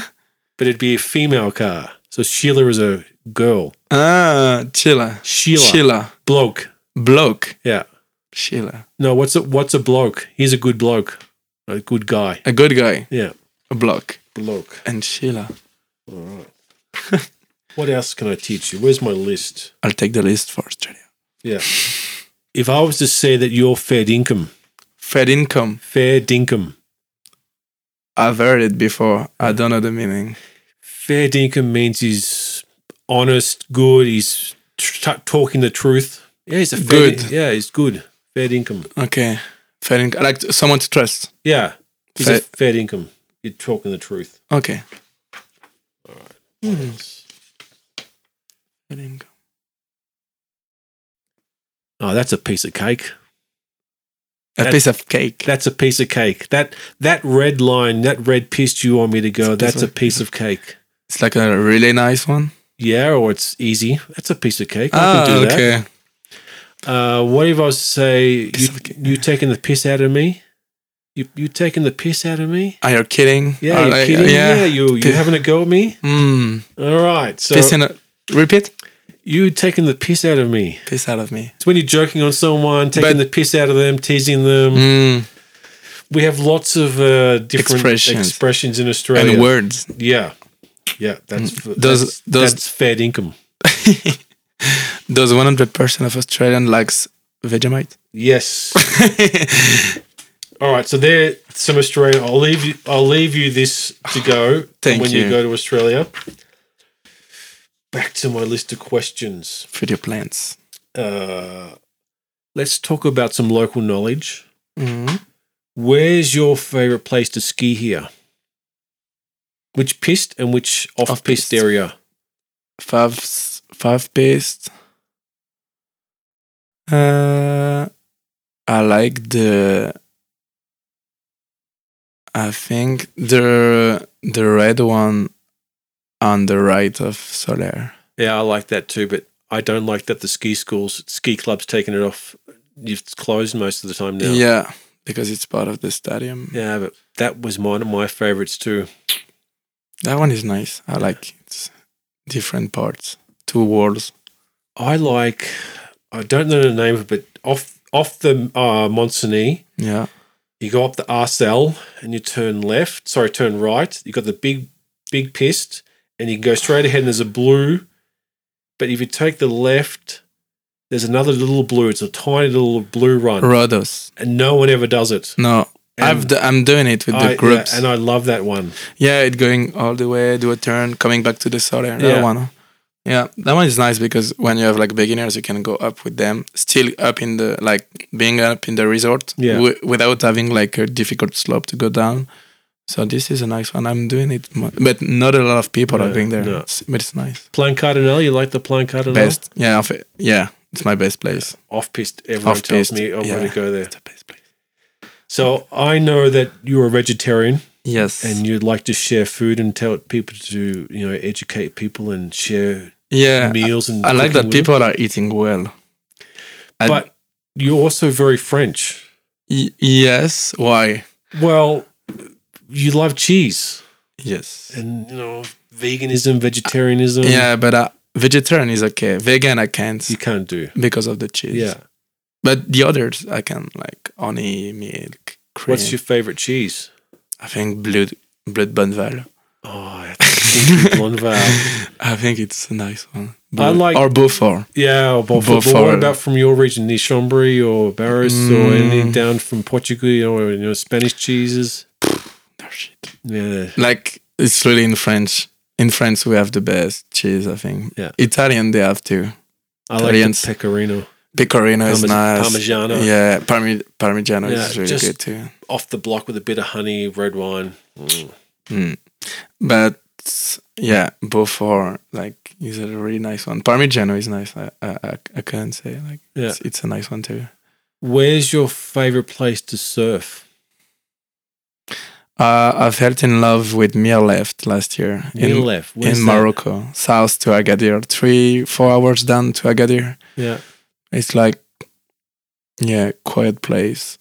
A: but it'd be a female car. So Sheila is a girl.
B: Ah, chilla.
A: Sheila.
B: Shilla.
A: Bloke.
B: Bloke.
A: Yeah.
B: Shilla.
A: No, what's a, what's a bloke? He's a good bloke. A good guy.
B: A good guy.
A: Yeah.
B: A bloke.
A: Bloke.
B: And Shilla.
A: All right. what else can I teach you? Where's my list?
B: I'll take the list for Australia.
A: Yeah. If I was to say that you're fair dinkum,
B: Fed income.
A: fair dinkum,
B: I've heard it before. I don't know the meaning.
A: fair dinkum means he's honest, good, he's tr- talking the truth. Yeah, he's a fair
B: Good.
A: din- yeah, he's good. Fair dinkum.
B: Okay. Fed income. Like t- someone to trust.
A: Yeah, he's a
B: Fair-
A: fair dinkum. You're talking the truth.
B: Okay.
A: What else?
B: Fed income.
A: Oh, that's a piece of cake.
B: A
A: That-
B: piece of cake.
A: That's a piece of cake. That that red line, that red pissed you want me to go.
B: It's a piece
A: That's a
B: of-
A: piece of cake.
B: It's like a really nice one.
A: Yeah, or it's easy. That's a piece of cake. I
B: Ah,
A: can do that.
B: okay.
A: Uh, what if I was to say you,
B: Piss of a kid.
A: you taking the piss out of me? You you taking the piss out of me?
B: Are you kidding?
A: Yeah,
B: Or
A: you
B: Uh, like,
A: kidding? Yeah,
B: Yeah.
A: you you
B: Piss-
A: having a go at me?
B: Mm.
A: All right, so
B: Piss in a- Repeat.
A: you taking the piss out of me?
B: Piss out of me.
A: It's when you're joking on someone, taking
B: But-
A: the piss out of them, teasing them.
B: Mm.
A: We have lots of uh, different expressions.
B: Expressions.
A: in Australia.
B: And words.
A: Yeah, yeah, that's f-
B: Mm. Does-
A: that's,
B: does-
A: that's fair income.
B: Does 100% of Australian likes Vegemite?
A: Yes. All right, so there some Australia. I'll leave you. I'll leave you this to go
B: Thank
A: when you.
B: you.
A: go to Australia. Back to my list of questions.
B: For your plants.
A: Uh, let's talk about some local knowledge.
B: Mm.
A: Where's your favorite place to ski here? Which pist and which off pist
B: Off-piste.
A: area?
B: five s- five paced. Uh, I like the. I think the the red one on the right of Soler.
A: Yeah, I like that too, but I don't like that the ski schools, ski clubs taking it off. You've closed most of the time now.
B: Yeah, because it's part of the stadium.
A: Yeah, but that was one of my favorites too.
B: That one is nice. I like it's different parts, two walls.
A: I like, I don't know the name of it, but off off the uh, Monsigny,
B: Yeah,
A: you go up the Arcel and you turn left. Sorry, turn right. You got the big, big pist, and you can go straight ahead. And there's a blue, but if you take the left, there's another little blue. It's a tiny little blue run,
B: Rhodos.
A: and no one ever does it.
B: No, I've d- I'm doing it with
A: I-
B: the groups.
A: Yeah, and I love that one.
B: Yeah, it going all the way, do a turn, coming back to the solar. That
A: Yeah.
B: one. Yeah, that one is nice because when you have like beginners, you can go up with them, still up in the like being up in the resort
A: Yeah.
B: wi- without having like a difficult slope to go down. So this is a nice one. I'm doing it, mo- but not a lot of people
A: No,
B: are going there.
A: no.
B: It's- But it's nice.
A: Plan Cardinal, you like the Plan Cardinal?
B: Best, yeah, of it- yeah, it's my best place.
A: Off pist. Everyone
B: Off-piste,
A: tells me I'm going
B: yeah.
A: to go there.
B: It's the best place.
A: So I know that you're a vegetarian
B: Yes,
A: and you'd like to share food and tell people to, you know, educate people and share
B: yeah,
A: meals and.
B: I
A: cooking
B: like that
A: with them.
B: people are eating well. I-
A: But you're also very French.
B: y- yes, why?
A: Well, you love cheese
B: Yes,
A: and, you know, veganism, vegetarianism.
B: Yeah, but uh, vegetarian is okay. Vegan, I can't
A: You can't do.
B: because of the cheese.
A: Yeah.
B: but the others I can like honey, milk, cream.
A: What's your favorite cheese?
B: I think blood, blood bonneval.
A: Oh, that's Pinky Blondval.
B: I think it's a nice one.
A: I like-
B: or Beaufort.
A: Yeah, or Beaufort.
B: Beaufort.
A: But what about from your region, the Chambry or Barros or
B: Mm.
A: anything down from Portugal or you know, Spanish cheeses?
B: Oh, shit.
A: Yeah.
B: Like it's really in French. In France, we have the best cheese. I think.
A: Yeah.
B: Italian, they have too.
A: I like
B: Italians.
A: the pecorino
B: Pecorino is
A: Parmes-
B: nice.
A: Parmigiano.
B: Yeah, Parmi- Parmigiano is
A: Yeah,
B: really
A: just-
B: good too.
A: off the block with a bit of honey, red wine. Mm.
B: Mm. But yeah, Beaufort like is a really nice one. Parmigiano is nice. I I, I, I can't say like
A: Yeah.
B: it's, it's a nice one too.
A: Where's your favorite place to surf?
B: Uh, I felt in love with Mir Left last year
A: In,
B: in,
A: left. Where's
B: in
A: that?
B: Morocco, south to Agadir, three four hours down to Agadir.
A: Yeah.
B: It's like yeah, quiet place.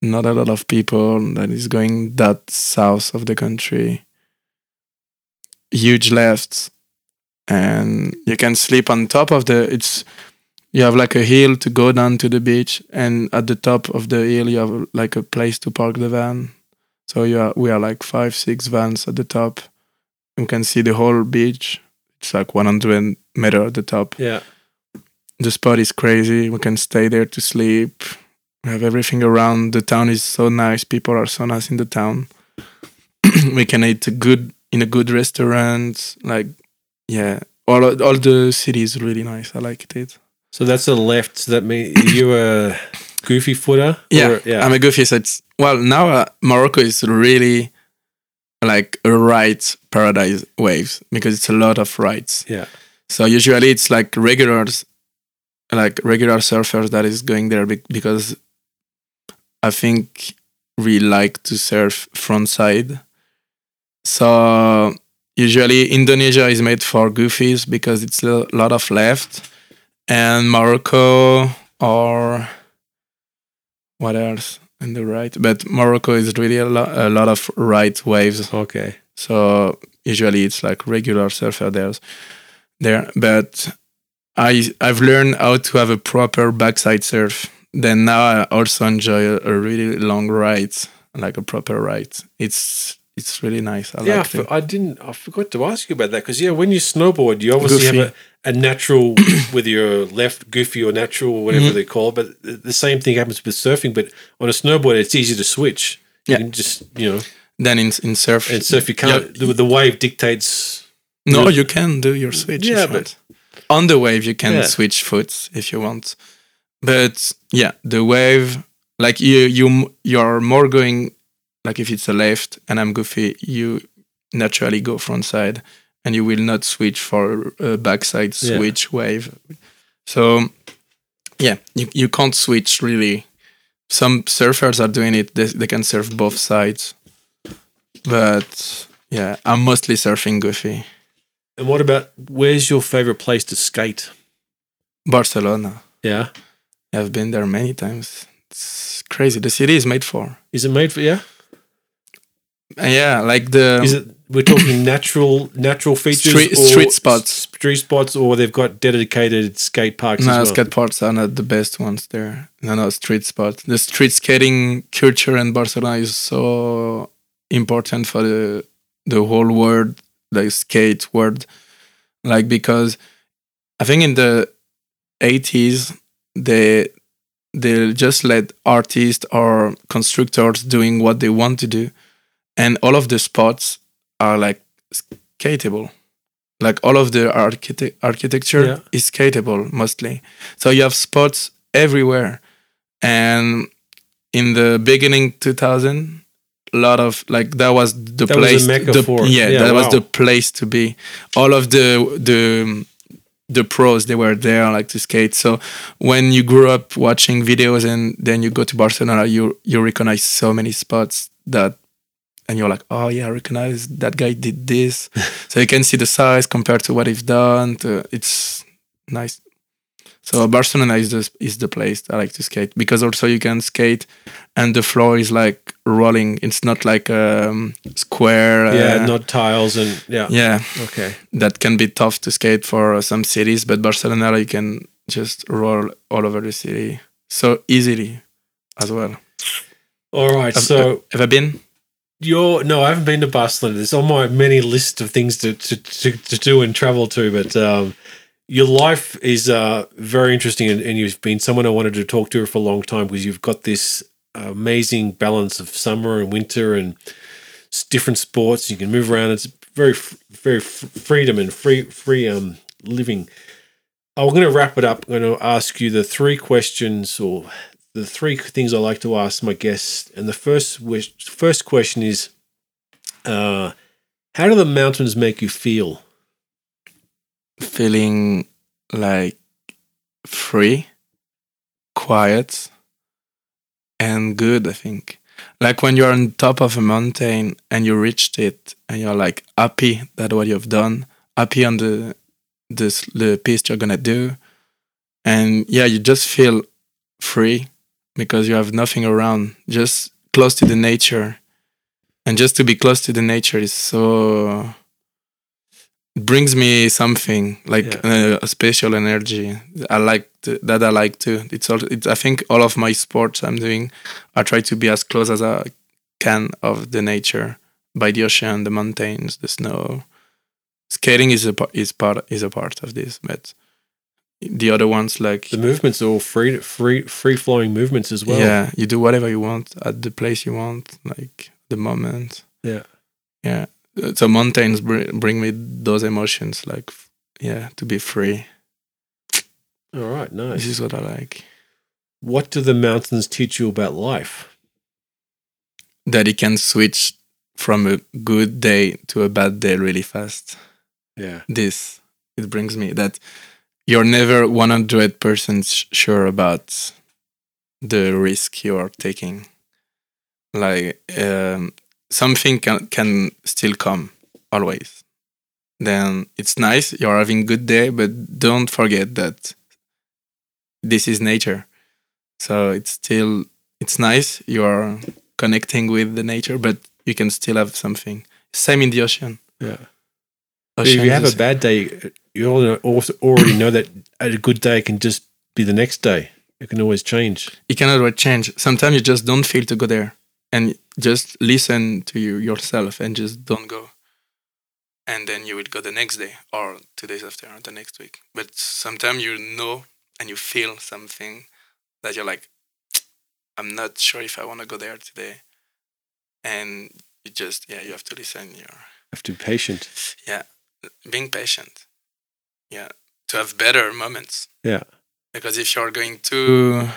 B: Not a lot of people that is going that south of the country. Huge lefts. And you can sleep on top of the it's you have like a hill to go down to the beach and at the top of the hill you have like a place to park the van. So you are we are like five, six vans at the top. You can see the whole beach. It's like one hundred meter at the top
A: Yeah.
B: the spot is crazy. We can stay there to sleep. We have everything around. The town is so nice. People are so nice in the town. we can eat a good in a good restaurant. Like, yeah, all all the city is really nice. I liked it.
A: So that's a left. So that means you a goofy footer?
B: Yeah,
A: Or- yeah.
B: I'm a goofy. So it's well now. Uh, Morocco is really like a right paradise waves because it's a lot of rights.
A: Yeah.
B: So usually it's like regulars, like regular surfers that is going there be- because I think we like to surf front side. So usually Indonesia is made for goofies because it's a lot of left, and Morocco or what else in the right? But Morocco is really a, lo- a lot of right waves.
A: okay.
B: So usually it's like regular surfer there's there. But I I've learned how to have a proper backside surf. Then now I also enjoy a, a really long ride, like a proper ride. It's it's really nice. I
A: yeah, I
B: like
A: for-
B: it.
A: I didn't. I forgot to ask you about that because yeah, when you snowboard, you obviously
B: Goofy.
A: have a, a natural, whether you're left goofy or natural or
B: Mm-hmm.
A: whatever they call it. But th- the same thing happens with surfing. But on a snowboard, it's easy to switch. You
B: Yeah.
A: can just you know,
B: Then in in surf,
A: and so if you can't, the, the wave dictates.
B: no, you can do your switch. if
A: Yeah,
B: you want. on the wave you can
A: Yeah.
B: switch foot if you want. But yeah, the wave like you you you're more going like if it's a left and I'm goofy, you naturally go front side, and you will not switch for a backside
A: Yeah.
B: switch wave. So yeah, you, you can't switch really. Some surfers are doing it. They, they can surf both sides. But yeah, I'm mostly surfing goofy.
A: And what about where's your favorite place to skate?
B: Barcelona.
A: Yeah.
B: I've been there many times. It's crazy. The city is made for.
A: Is it made for yeah?
B: And yeah, like the
A: Is it we're talking natural natural features
B: Um, Street-
A: or
B: street spots.
A: s- street spots or they've got dedicated skate parks
B: no,
A: as well.
B: skate parks are not the best ones there. No, no, street spots. The street skating culture in Barcelona is so important for the the whole world, the skate world. Like because I think in the eighties they they just let artists or constructors doing what they want to do, and all of the spots are like skateable. Like all of the archite- architecture
A: Yeah.
B: is skateable mostly. So you have spots everywhere, and in the beginning 2000 lot of like that was the
A: That was
B: place
A: the mecca
B: the-
A: for it.
B: yeah,
A: Yeah,
B: that was
A: wow.
B: the place to be all of the the the pros they were there like to skate so when you grew up watching videos and then you go to barcelona you you recognize so many spots that and you're like oh yeah i recognize that guy did this so you can see the size compared to what he's done to, it's nice so barcelona is the, is the place i like to skate because also you can skate and the floor is like rolling it's not like um square
A: yeah,
B: uh,
A: not tiles and yeah.
B: yeah
A: Okay.
B: that can be tough to skate for uh, some cities, but Barcelona you can just roll all over the city so easily as well.
A: All right.
B: Have-
A: so
B: have I been?
A: You're no, I haven't been to Barcelona. It's on my many list of things to to, to, to do and travel to, but um, your life is uh, very interesting, and, and you've been someone I wanted to talk to for a long time because you've got this amazing balance of summer and winter and s- different sports. You can move around. It's very f- very f- freedom and free free um living. I'm going to wrap it up. I'm going to ask you the three questions or the three things I like to ask my guests, and the first wish, first question is, uh, how do the mountains make you feel?
B: Feeling like free, quiet, and good, I think. Like when you're on top of a mountain and you reached it and you're like happy that what you've done, happy on the this the piece you're gonna do. And yeah, you just feel free because you have nothing around, just close to the nature. And just to be close to the nature is so it brings me something like uh, a special energy. I like to, that. I like to. It's all. It's, I think all of my sports I'm doing, I try to be as close as I can of the nature, by the ocean, the mountains, the snow. Skating is a pa- is part is a part of this, but the other ones like
A: The movements are all free, free, free flowing movements as well.
B: yeah, you do whatever you want at the place you want, like the moment.
A: Yeah.
B: Yeah. Uh, So mountains br- bring me those emotions, like, f- yeah, to be free.
A: All right,
B: This
A: nice.
B: is what I like.
A: What do the mountains teach you about life?
B: That you can switch from a good day to a bad day really fast.
A: Yeah,
B: This, it brings me that you're never 100% sh- sure about the risk you are taking. Like, um, something can, can still come always then it's nice you're having good day but don't forget that this is nature so it's still it's nice you are connecting with the nature but you can still have something same in the ocean
A: Yeah.
B: Ocean
A: if you have
B: is-
A: a bad day, you al- also already know that a good day can just be the next day. It can always change.
B: you cannot really change sometimes you just don't feel to go there and just listen to you yourself and just don't go and then you will go the next day or two days after or the next week but sometimes you know and you feel something that you're like i'm not sure if i want to go there today and you just yeah you have to listen you're
A: have to be patient.
B: being patient yeah to have better moments
A: Yeah.
B: because if you're going too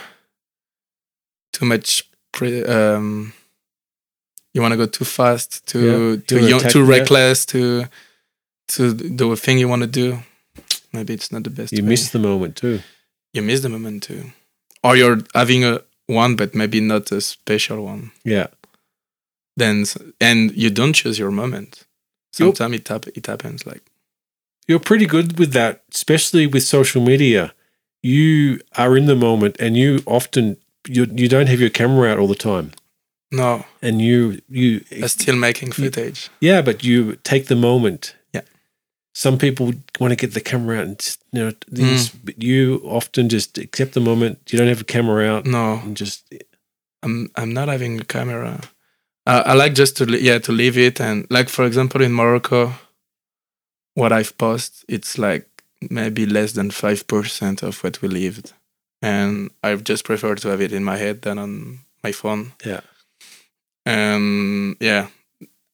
B: too much pre, um you want to go too fast too
A: Yeah,
B: too
A: you're
B: young,
A: attack-
B: too
A: yeah.
B: reckless too to do a thing you want to do, maybe it's not the best.
A: You
B: way.
A: miss the moment too.
B: you miss the moment too, or you're having a one, but maybe not a special one.
A: Yeah.
B: Then s- and you don't choose your moment.
A: Yup.
B: Sometimes it hap- it happens like
A: You're pretty good with that, especially with social media. You are in the moment and you often you, you don't have your camera out all the time.
B: no,
A: And you you
B: I'm still making footage.
A: Yeah, but you take the moment.
B: Yeah.
A: Some people want to get the camera out and just, you know things, but you often just accept the moment. You don't have a camera out
B: No,
A: and just
B: I'm I'm not having a camera. Uh, I like just to li- yeah to leave it and like for example in Morocco, what I've posted it's like maybe less than five percent of what we lived, and I just prefer to have it in my head than on my phone.
A: Yeah.
B: And yeah,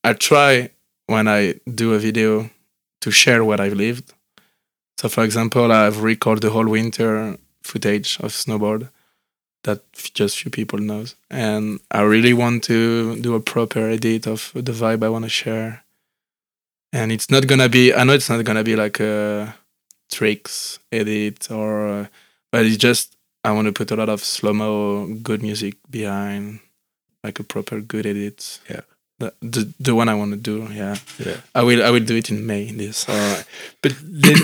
B: I try when I do a video to share what I've lived. So for example, I've recorded the whole winter footage of snowboard that f- just few people knows and i really want to do a proper edit of the vibe i want to share and it's not gonna be i know it's not gonna be like a tricks edit or uh, but it's just i want to put a lot of slow mo good music behind like a proper good edit
A: Yeah.
B: the, the, the one i want to do yeah
A: yeah.
B: i will i will do it in may this
A: All right, but then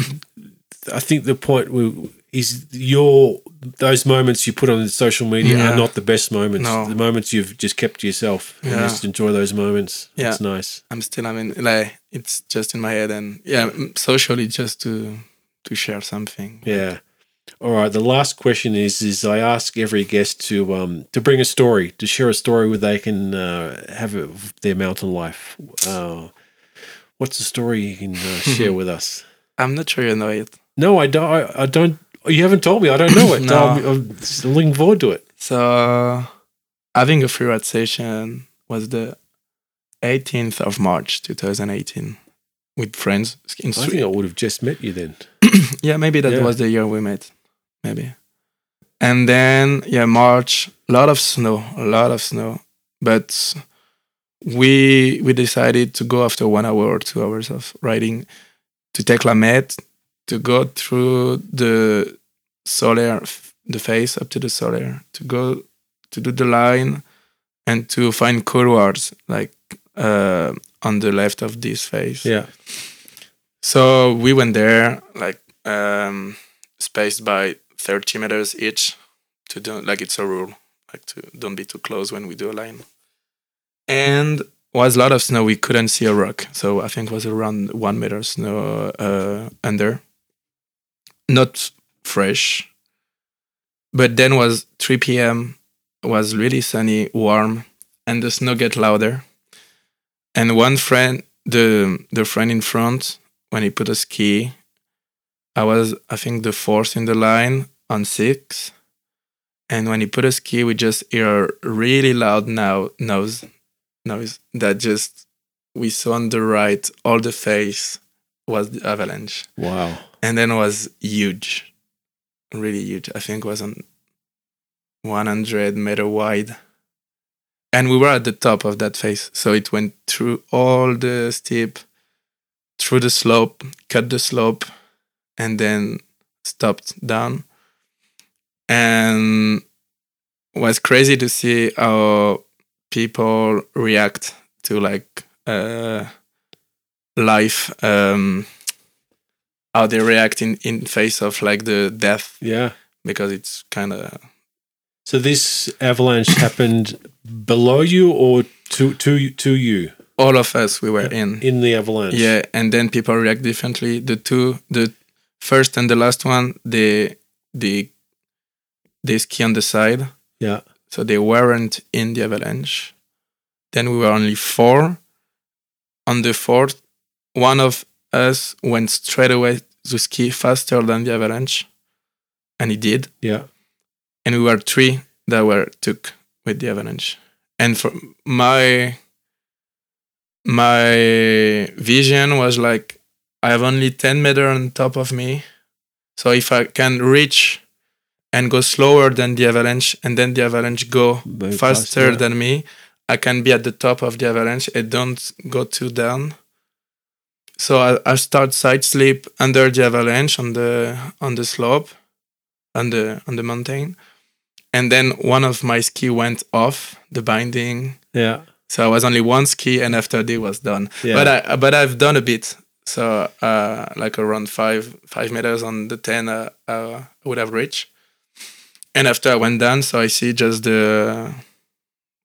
A: I think the point we, is your those moments you put on social media
B: Yeah.
A: are not the best moments.
B: No.
A: The moments you've just kept to yourself and
B: Yeah.
A: just enjoy those moments.
B: Yeah.
A: It's nice.
B: i'm still i mean like it's just in my head and yeah m- socially just to to share something
A: Yeah. All right. The last question is: is I ask every guest to um to bring a story to share a story where they can uh, have a, their mountain life. Uh, what's the story you can uh, share with us?
B: I'm not sure you know it.
A: No, I don't. I, I don't. You haven't told me. I don't know it.
B: No.
A: I'm, I'm looking forward to it.
B: So, having a free ride session was the 18th of March 2018 with friends in
A: I think
B: Sweden.
A: I would have just met you then.
B: Yeah, maybe that
A: Yeah.
B: was the year we met. Maybe. And then, yeah, March, a lot of snow, a lot of snow. But we we decided to go after one hour or two hours of riding to take La Mette, to go through the solar, the face up to the solar, to go to do the line and to find couloirs like uh, on the left of this face.
A: Yeah.
B: So we went there, like um, spaced by thirty meters each, to do like it's a rule, like to don't be too close when we do a line. And was a lot of snow. We couldn't see a rock, so I think was around one meter snow uh, under. Not fresh, but then was three p.m. Was really sunny, warm, and the snow get louder. And one friend, the the friend in front, when he put a ski. I was, I think, the fourth in the line on six. And when he put a ski, we just hear a really loud now noise, noise that just we saw on the right, all the face was the avalanche,
A: Wow.
B: and then was huge, really huge. I think was on 100 meter wide, and we were at the top of that face, so it went through all the steep through the slope, cut the slope, and then stopped down. And was crazy to see how people react to like uh, life, um, how they react in in face of like the death
A: Yeah.
B: because it's kind of
A: So this avalanche happened below you or to to to you
B: all of us we were in.
A: in the avalanche.
B: Yeah, and then people react differently. The two, the first and the last one, they they they ski on the side,
A: Yeah.
B: so they weren't in the avalanche. Then we were only four. On the fourth, one of us went straight away to ski faster than the avalanche, and he did
A: Yeah.
B: and we were three that were took with the avalanche. And for my my vision was like I have only ten meter on top of me, so if I can reach and go slower than the avalanche, and then the avalanche go
A: Very
B: faster
A: fast, yeah.
B: than me, I can be at the top of the avalanche. It don't go too down. so I, I start side slip under the avalanche on the on the slope on the on the mountain and then one of my ski went off the binding
A: Yeah.
B: so I was only one ski and after day was done
A: Yeah.
B: but I but I've done a bit so uh like around five five meters on the 10 uh, uh, I would have reached and after I went down so I see just the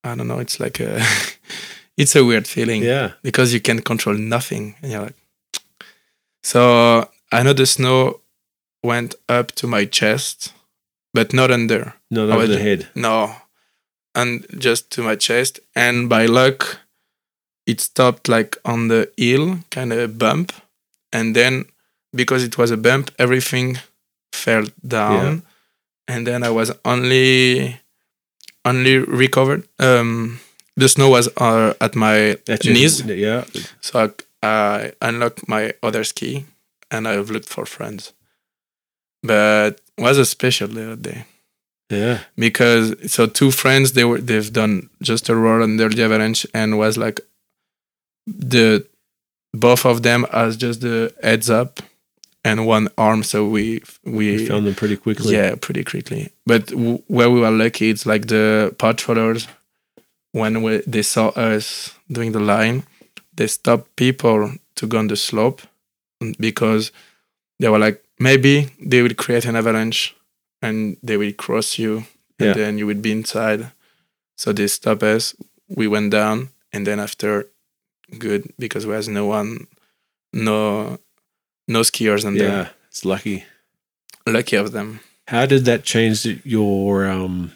B: I don't know it's like a it's a weird feeling
A: yeah.
B: because you can control nothing and you're like so i know the snow went up to my chest but not under
A: No,
B: I
A: over
B: was
A: the
B: ju-
A: head.
B: no and just to my chest and by luck it stopped like on the hill kind of bump and then because it was a bump everything fell down and then i was only only recovered um the snow was uh, at my
A: That's your-
B: knees
A: Yeah.
B: so I, I unlocked my other ski and I've looked for friends. But it was a special little day
A: Yeah.
B: because so two friends they were they've done just a roll under the avalanche and was like the both of them as just the heads up and one arm so we
A: We
B: we
A: found them pretty quickly.
B: yeah, pretty quickly. But w- where we were lucky, it's like the patrollers, when we, they saw us doing the line, they stopped people to go on the slope mm, because they were like, maybe they will create an avalanche and they will cross you and
A: Yeah.
B: then you will be inside. So they stopped us. We went down and then after, good because we has no one, no, no skiers and there.
A: Yeah. It's lucky.
B: Lucky of them.
A: How did that change your um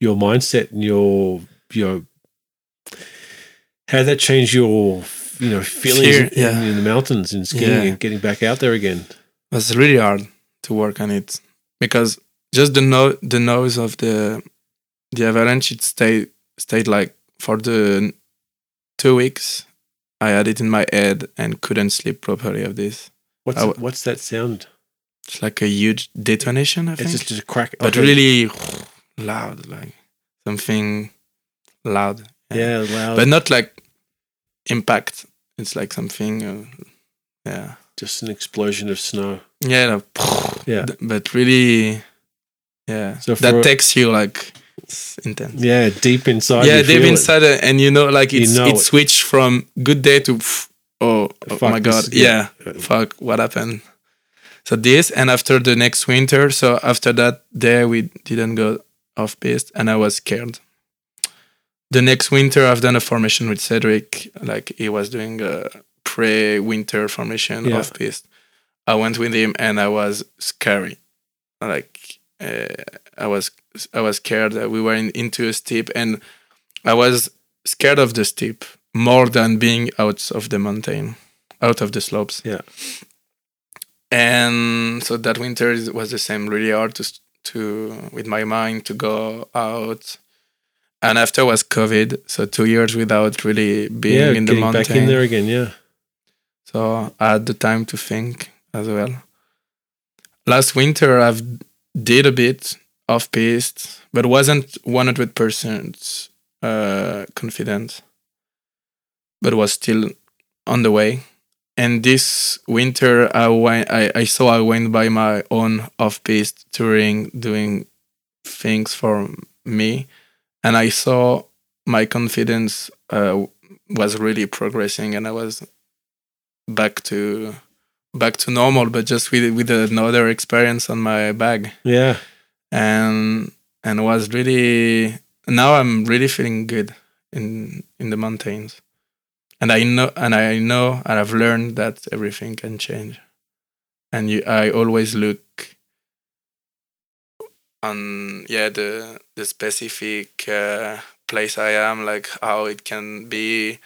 A: your mindset and your your how did that change your you know feelings
B: Fear,
A: in,
B: yeah.
A: in the mountains and skiing
B: Yeah.
A: and getting back out there again?
B: It was really hard to work on it because just the no the noise of the the avalanche it stayed stayed like for the two weeks I had it in my head and couldn't sleep properly of this.
A: What's
B: I w-
A: what's that sound?
B: It's like a huge detonation, I think.
A: It's just, just a crack.
B: but
A: like a-
B: really loud, like something loud.
A: yeah, loud.
B: But not like impact. It's like something uh, yeah.
A: just an explosion of snow.
B: Yeah, like,
A: Yeah.
B: th- But really, yeah,
A: So for-
B: that takes you like it's intense.
A: Yeah, deep inside.
B: yeah,
A: you
B: they've
A: feel
B: been
A: it.
B: sad, uh, and you know, like
A: You
B: it's
A: know
B: it
A: it.
B: switched from good day to pff, oh, oh
A: Fuck
B: my
A: this-
B: god,
A: yeah.
B: yeah, fuck, what happened? So this, and after the next winter, so after that day, we didn't go off piste, and I was scared. The next winter, I've done a formation with Cedric, like he was doing a pre-winter formation
A: Yeah.
B: off piste. I went with him, and I was scary, like uh, I was I was scared that we were in, into a steep, and I was scared of the steep more than being out of the mountain, out of the slopes.
A: Yeah.
B: And so that winter is- was the same. Really hard to s- to with my mind to go out. And after was COVID, so two years without really being
A: yeah,
B: in the
A: getting
B: mountain.
A: back in there again. Yeah,
B: So I had the time to think as well. Last winter I've did a bit off piste, but wasn't one hundred percent uh, confident. But was still on the way. And this winter I went I, I saw I went by my own off piste touring, doing things for me. And I saw my confidence uh, was really progressing and I was back to back to normal, but just with with another experience on my bag,
A: yeah.
B: and and was really now I'm really feeling good in in the mountains, and I know and I know and I've learned that everything can change, and you I always look on yeah the the specific uh, place I am, like how it can be,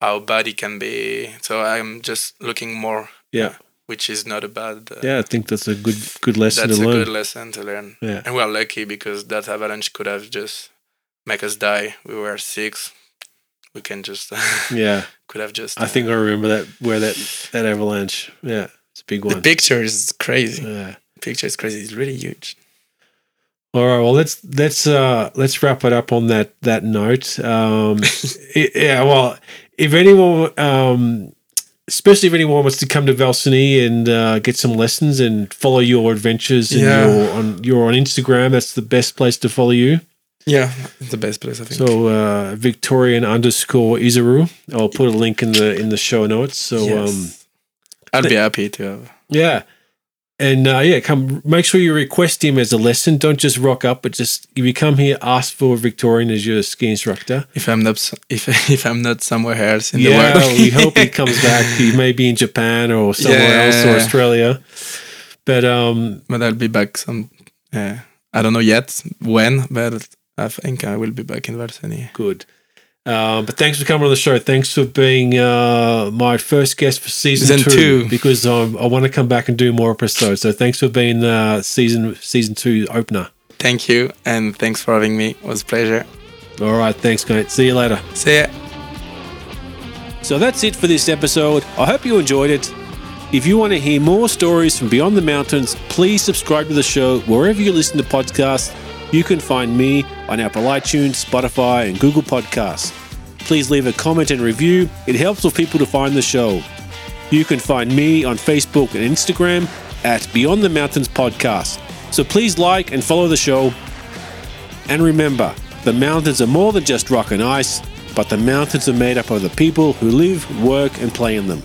B: how bad it can be. So I'm just looking more,
A: Yeah.
B: which is not a bad. Uh,
A: Yeah, I think that's a good good lesson
B: that's
A: to
B: a
A: learn.
B: good lesson to learn.
A: yeah,
B: And we are lucky because that avalanche could have just make us die. We were six. We can just
A: yeah.
B: could have just.
A: I think I remember that where that that avalanche. Yeah, it's a big
B: the
A: one.
B: picture is crazy.
A: Yeah.
B: The picture is crazy. It's really huge.
A: All right. Well, let's let's uh let's wrap it up on that that note. Um, i- yeah. Well, if anyone um especially if anyone wants to come to Valsini and uh, get some lessons and follow your adventures. And
B: Yeah.
A: you're on you're on Instagram. That's the best place to follow you.
B: Yeah, it's the best place I think.
A: So uh, Victorian underscore Isaru. I'll put a link in the in the show notes. So um,
B: Yes. I'd be happy to have.
A: yeah. And uh, yeah, come. Make sure you request him as a lesson. Don't just rock up, but just if you come here, ask for Victorian as your ski instructor.
B: If I'm not s- if if I'm not somewhere else in
A: yeah,
B: the world.
A: we hope he comes back. He may be in Japan or somewhere else or
B: Yeah.
A: Australia. But um,
B: but I'll be back some. Uh, I don't know yet when, but I think I will be back in Varsany.
A: good. Um, but thanks for coming on the show. Thanks for being uh, my first guest for season
B: Season
A: two,
B: two.
A: because um, I want to come back and do more episodes. So thanks for being uh, season season two opener.
B: Thank you, and thanks for having me. It was a pleasure.
A: All right, thanks, mate. See you later.
B: See ya.
A: So that's it for this episode. I hope you enjoyed it. If you want to hear more stories from beyond the mountains, please subscribe to the show wherever you listen to podcasts. You can find me on Apple iTunes, Spotify, and Google Podcasts. Please leave a comment and review. It helps with people to find the show. You can find me on Facebook and Instagram at Beyond the Mountains Podcast. So please like and follow the show. And remember, the mountains are more than just rock and ice, but the mountains are made up of the people who live, work, and play in them.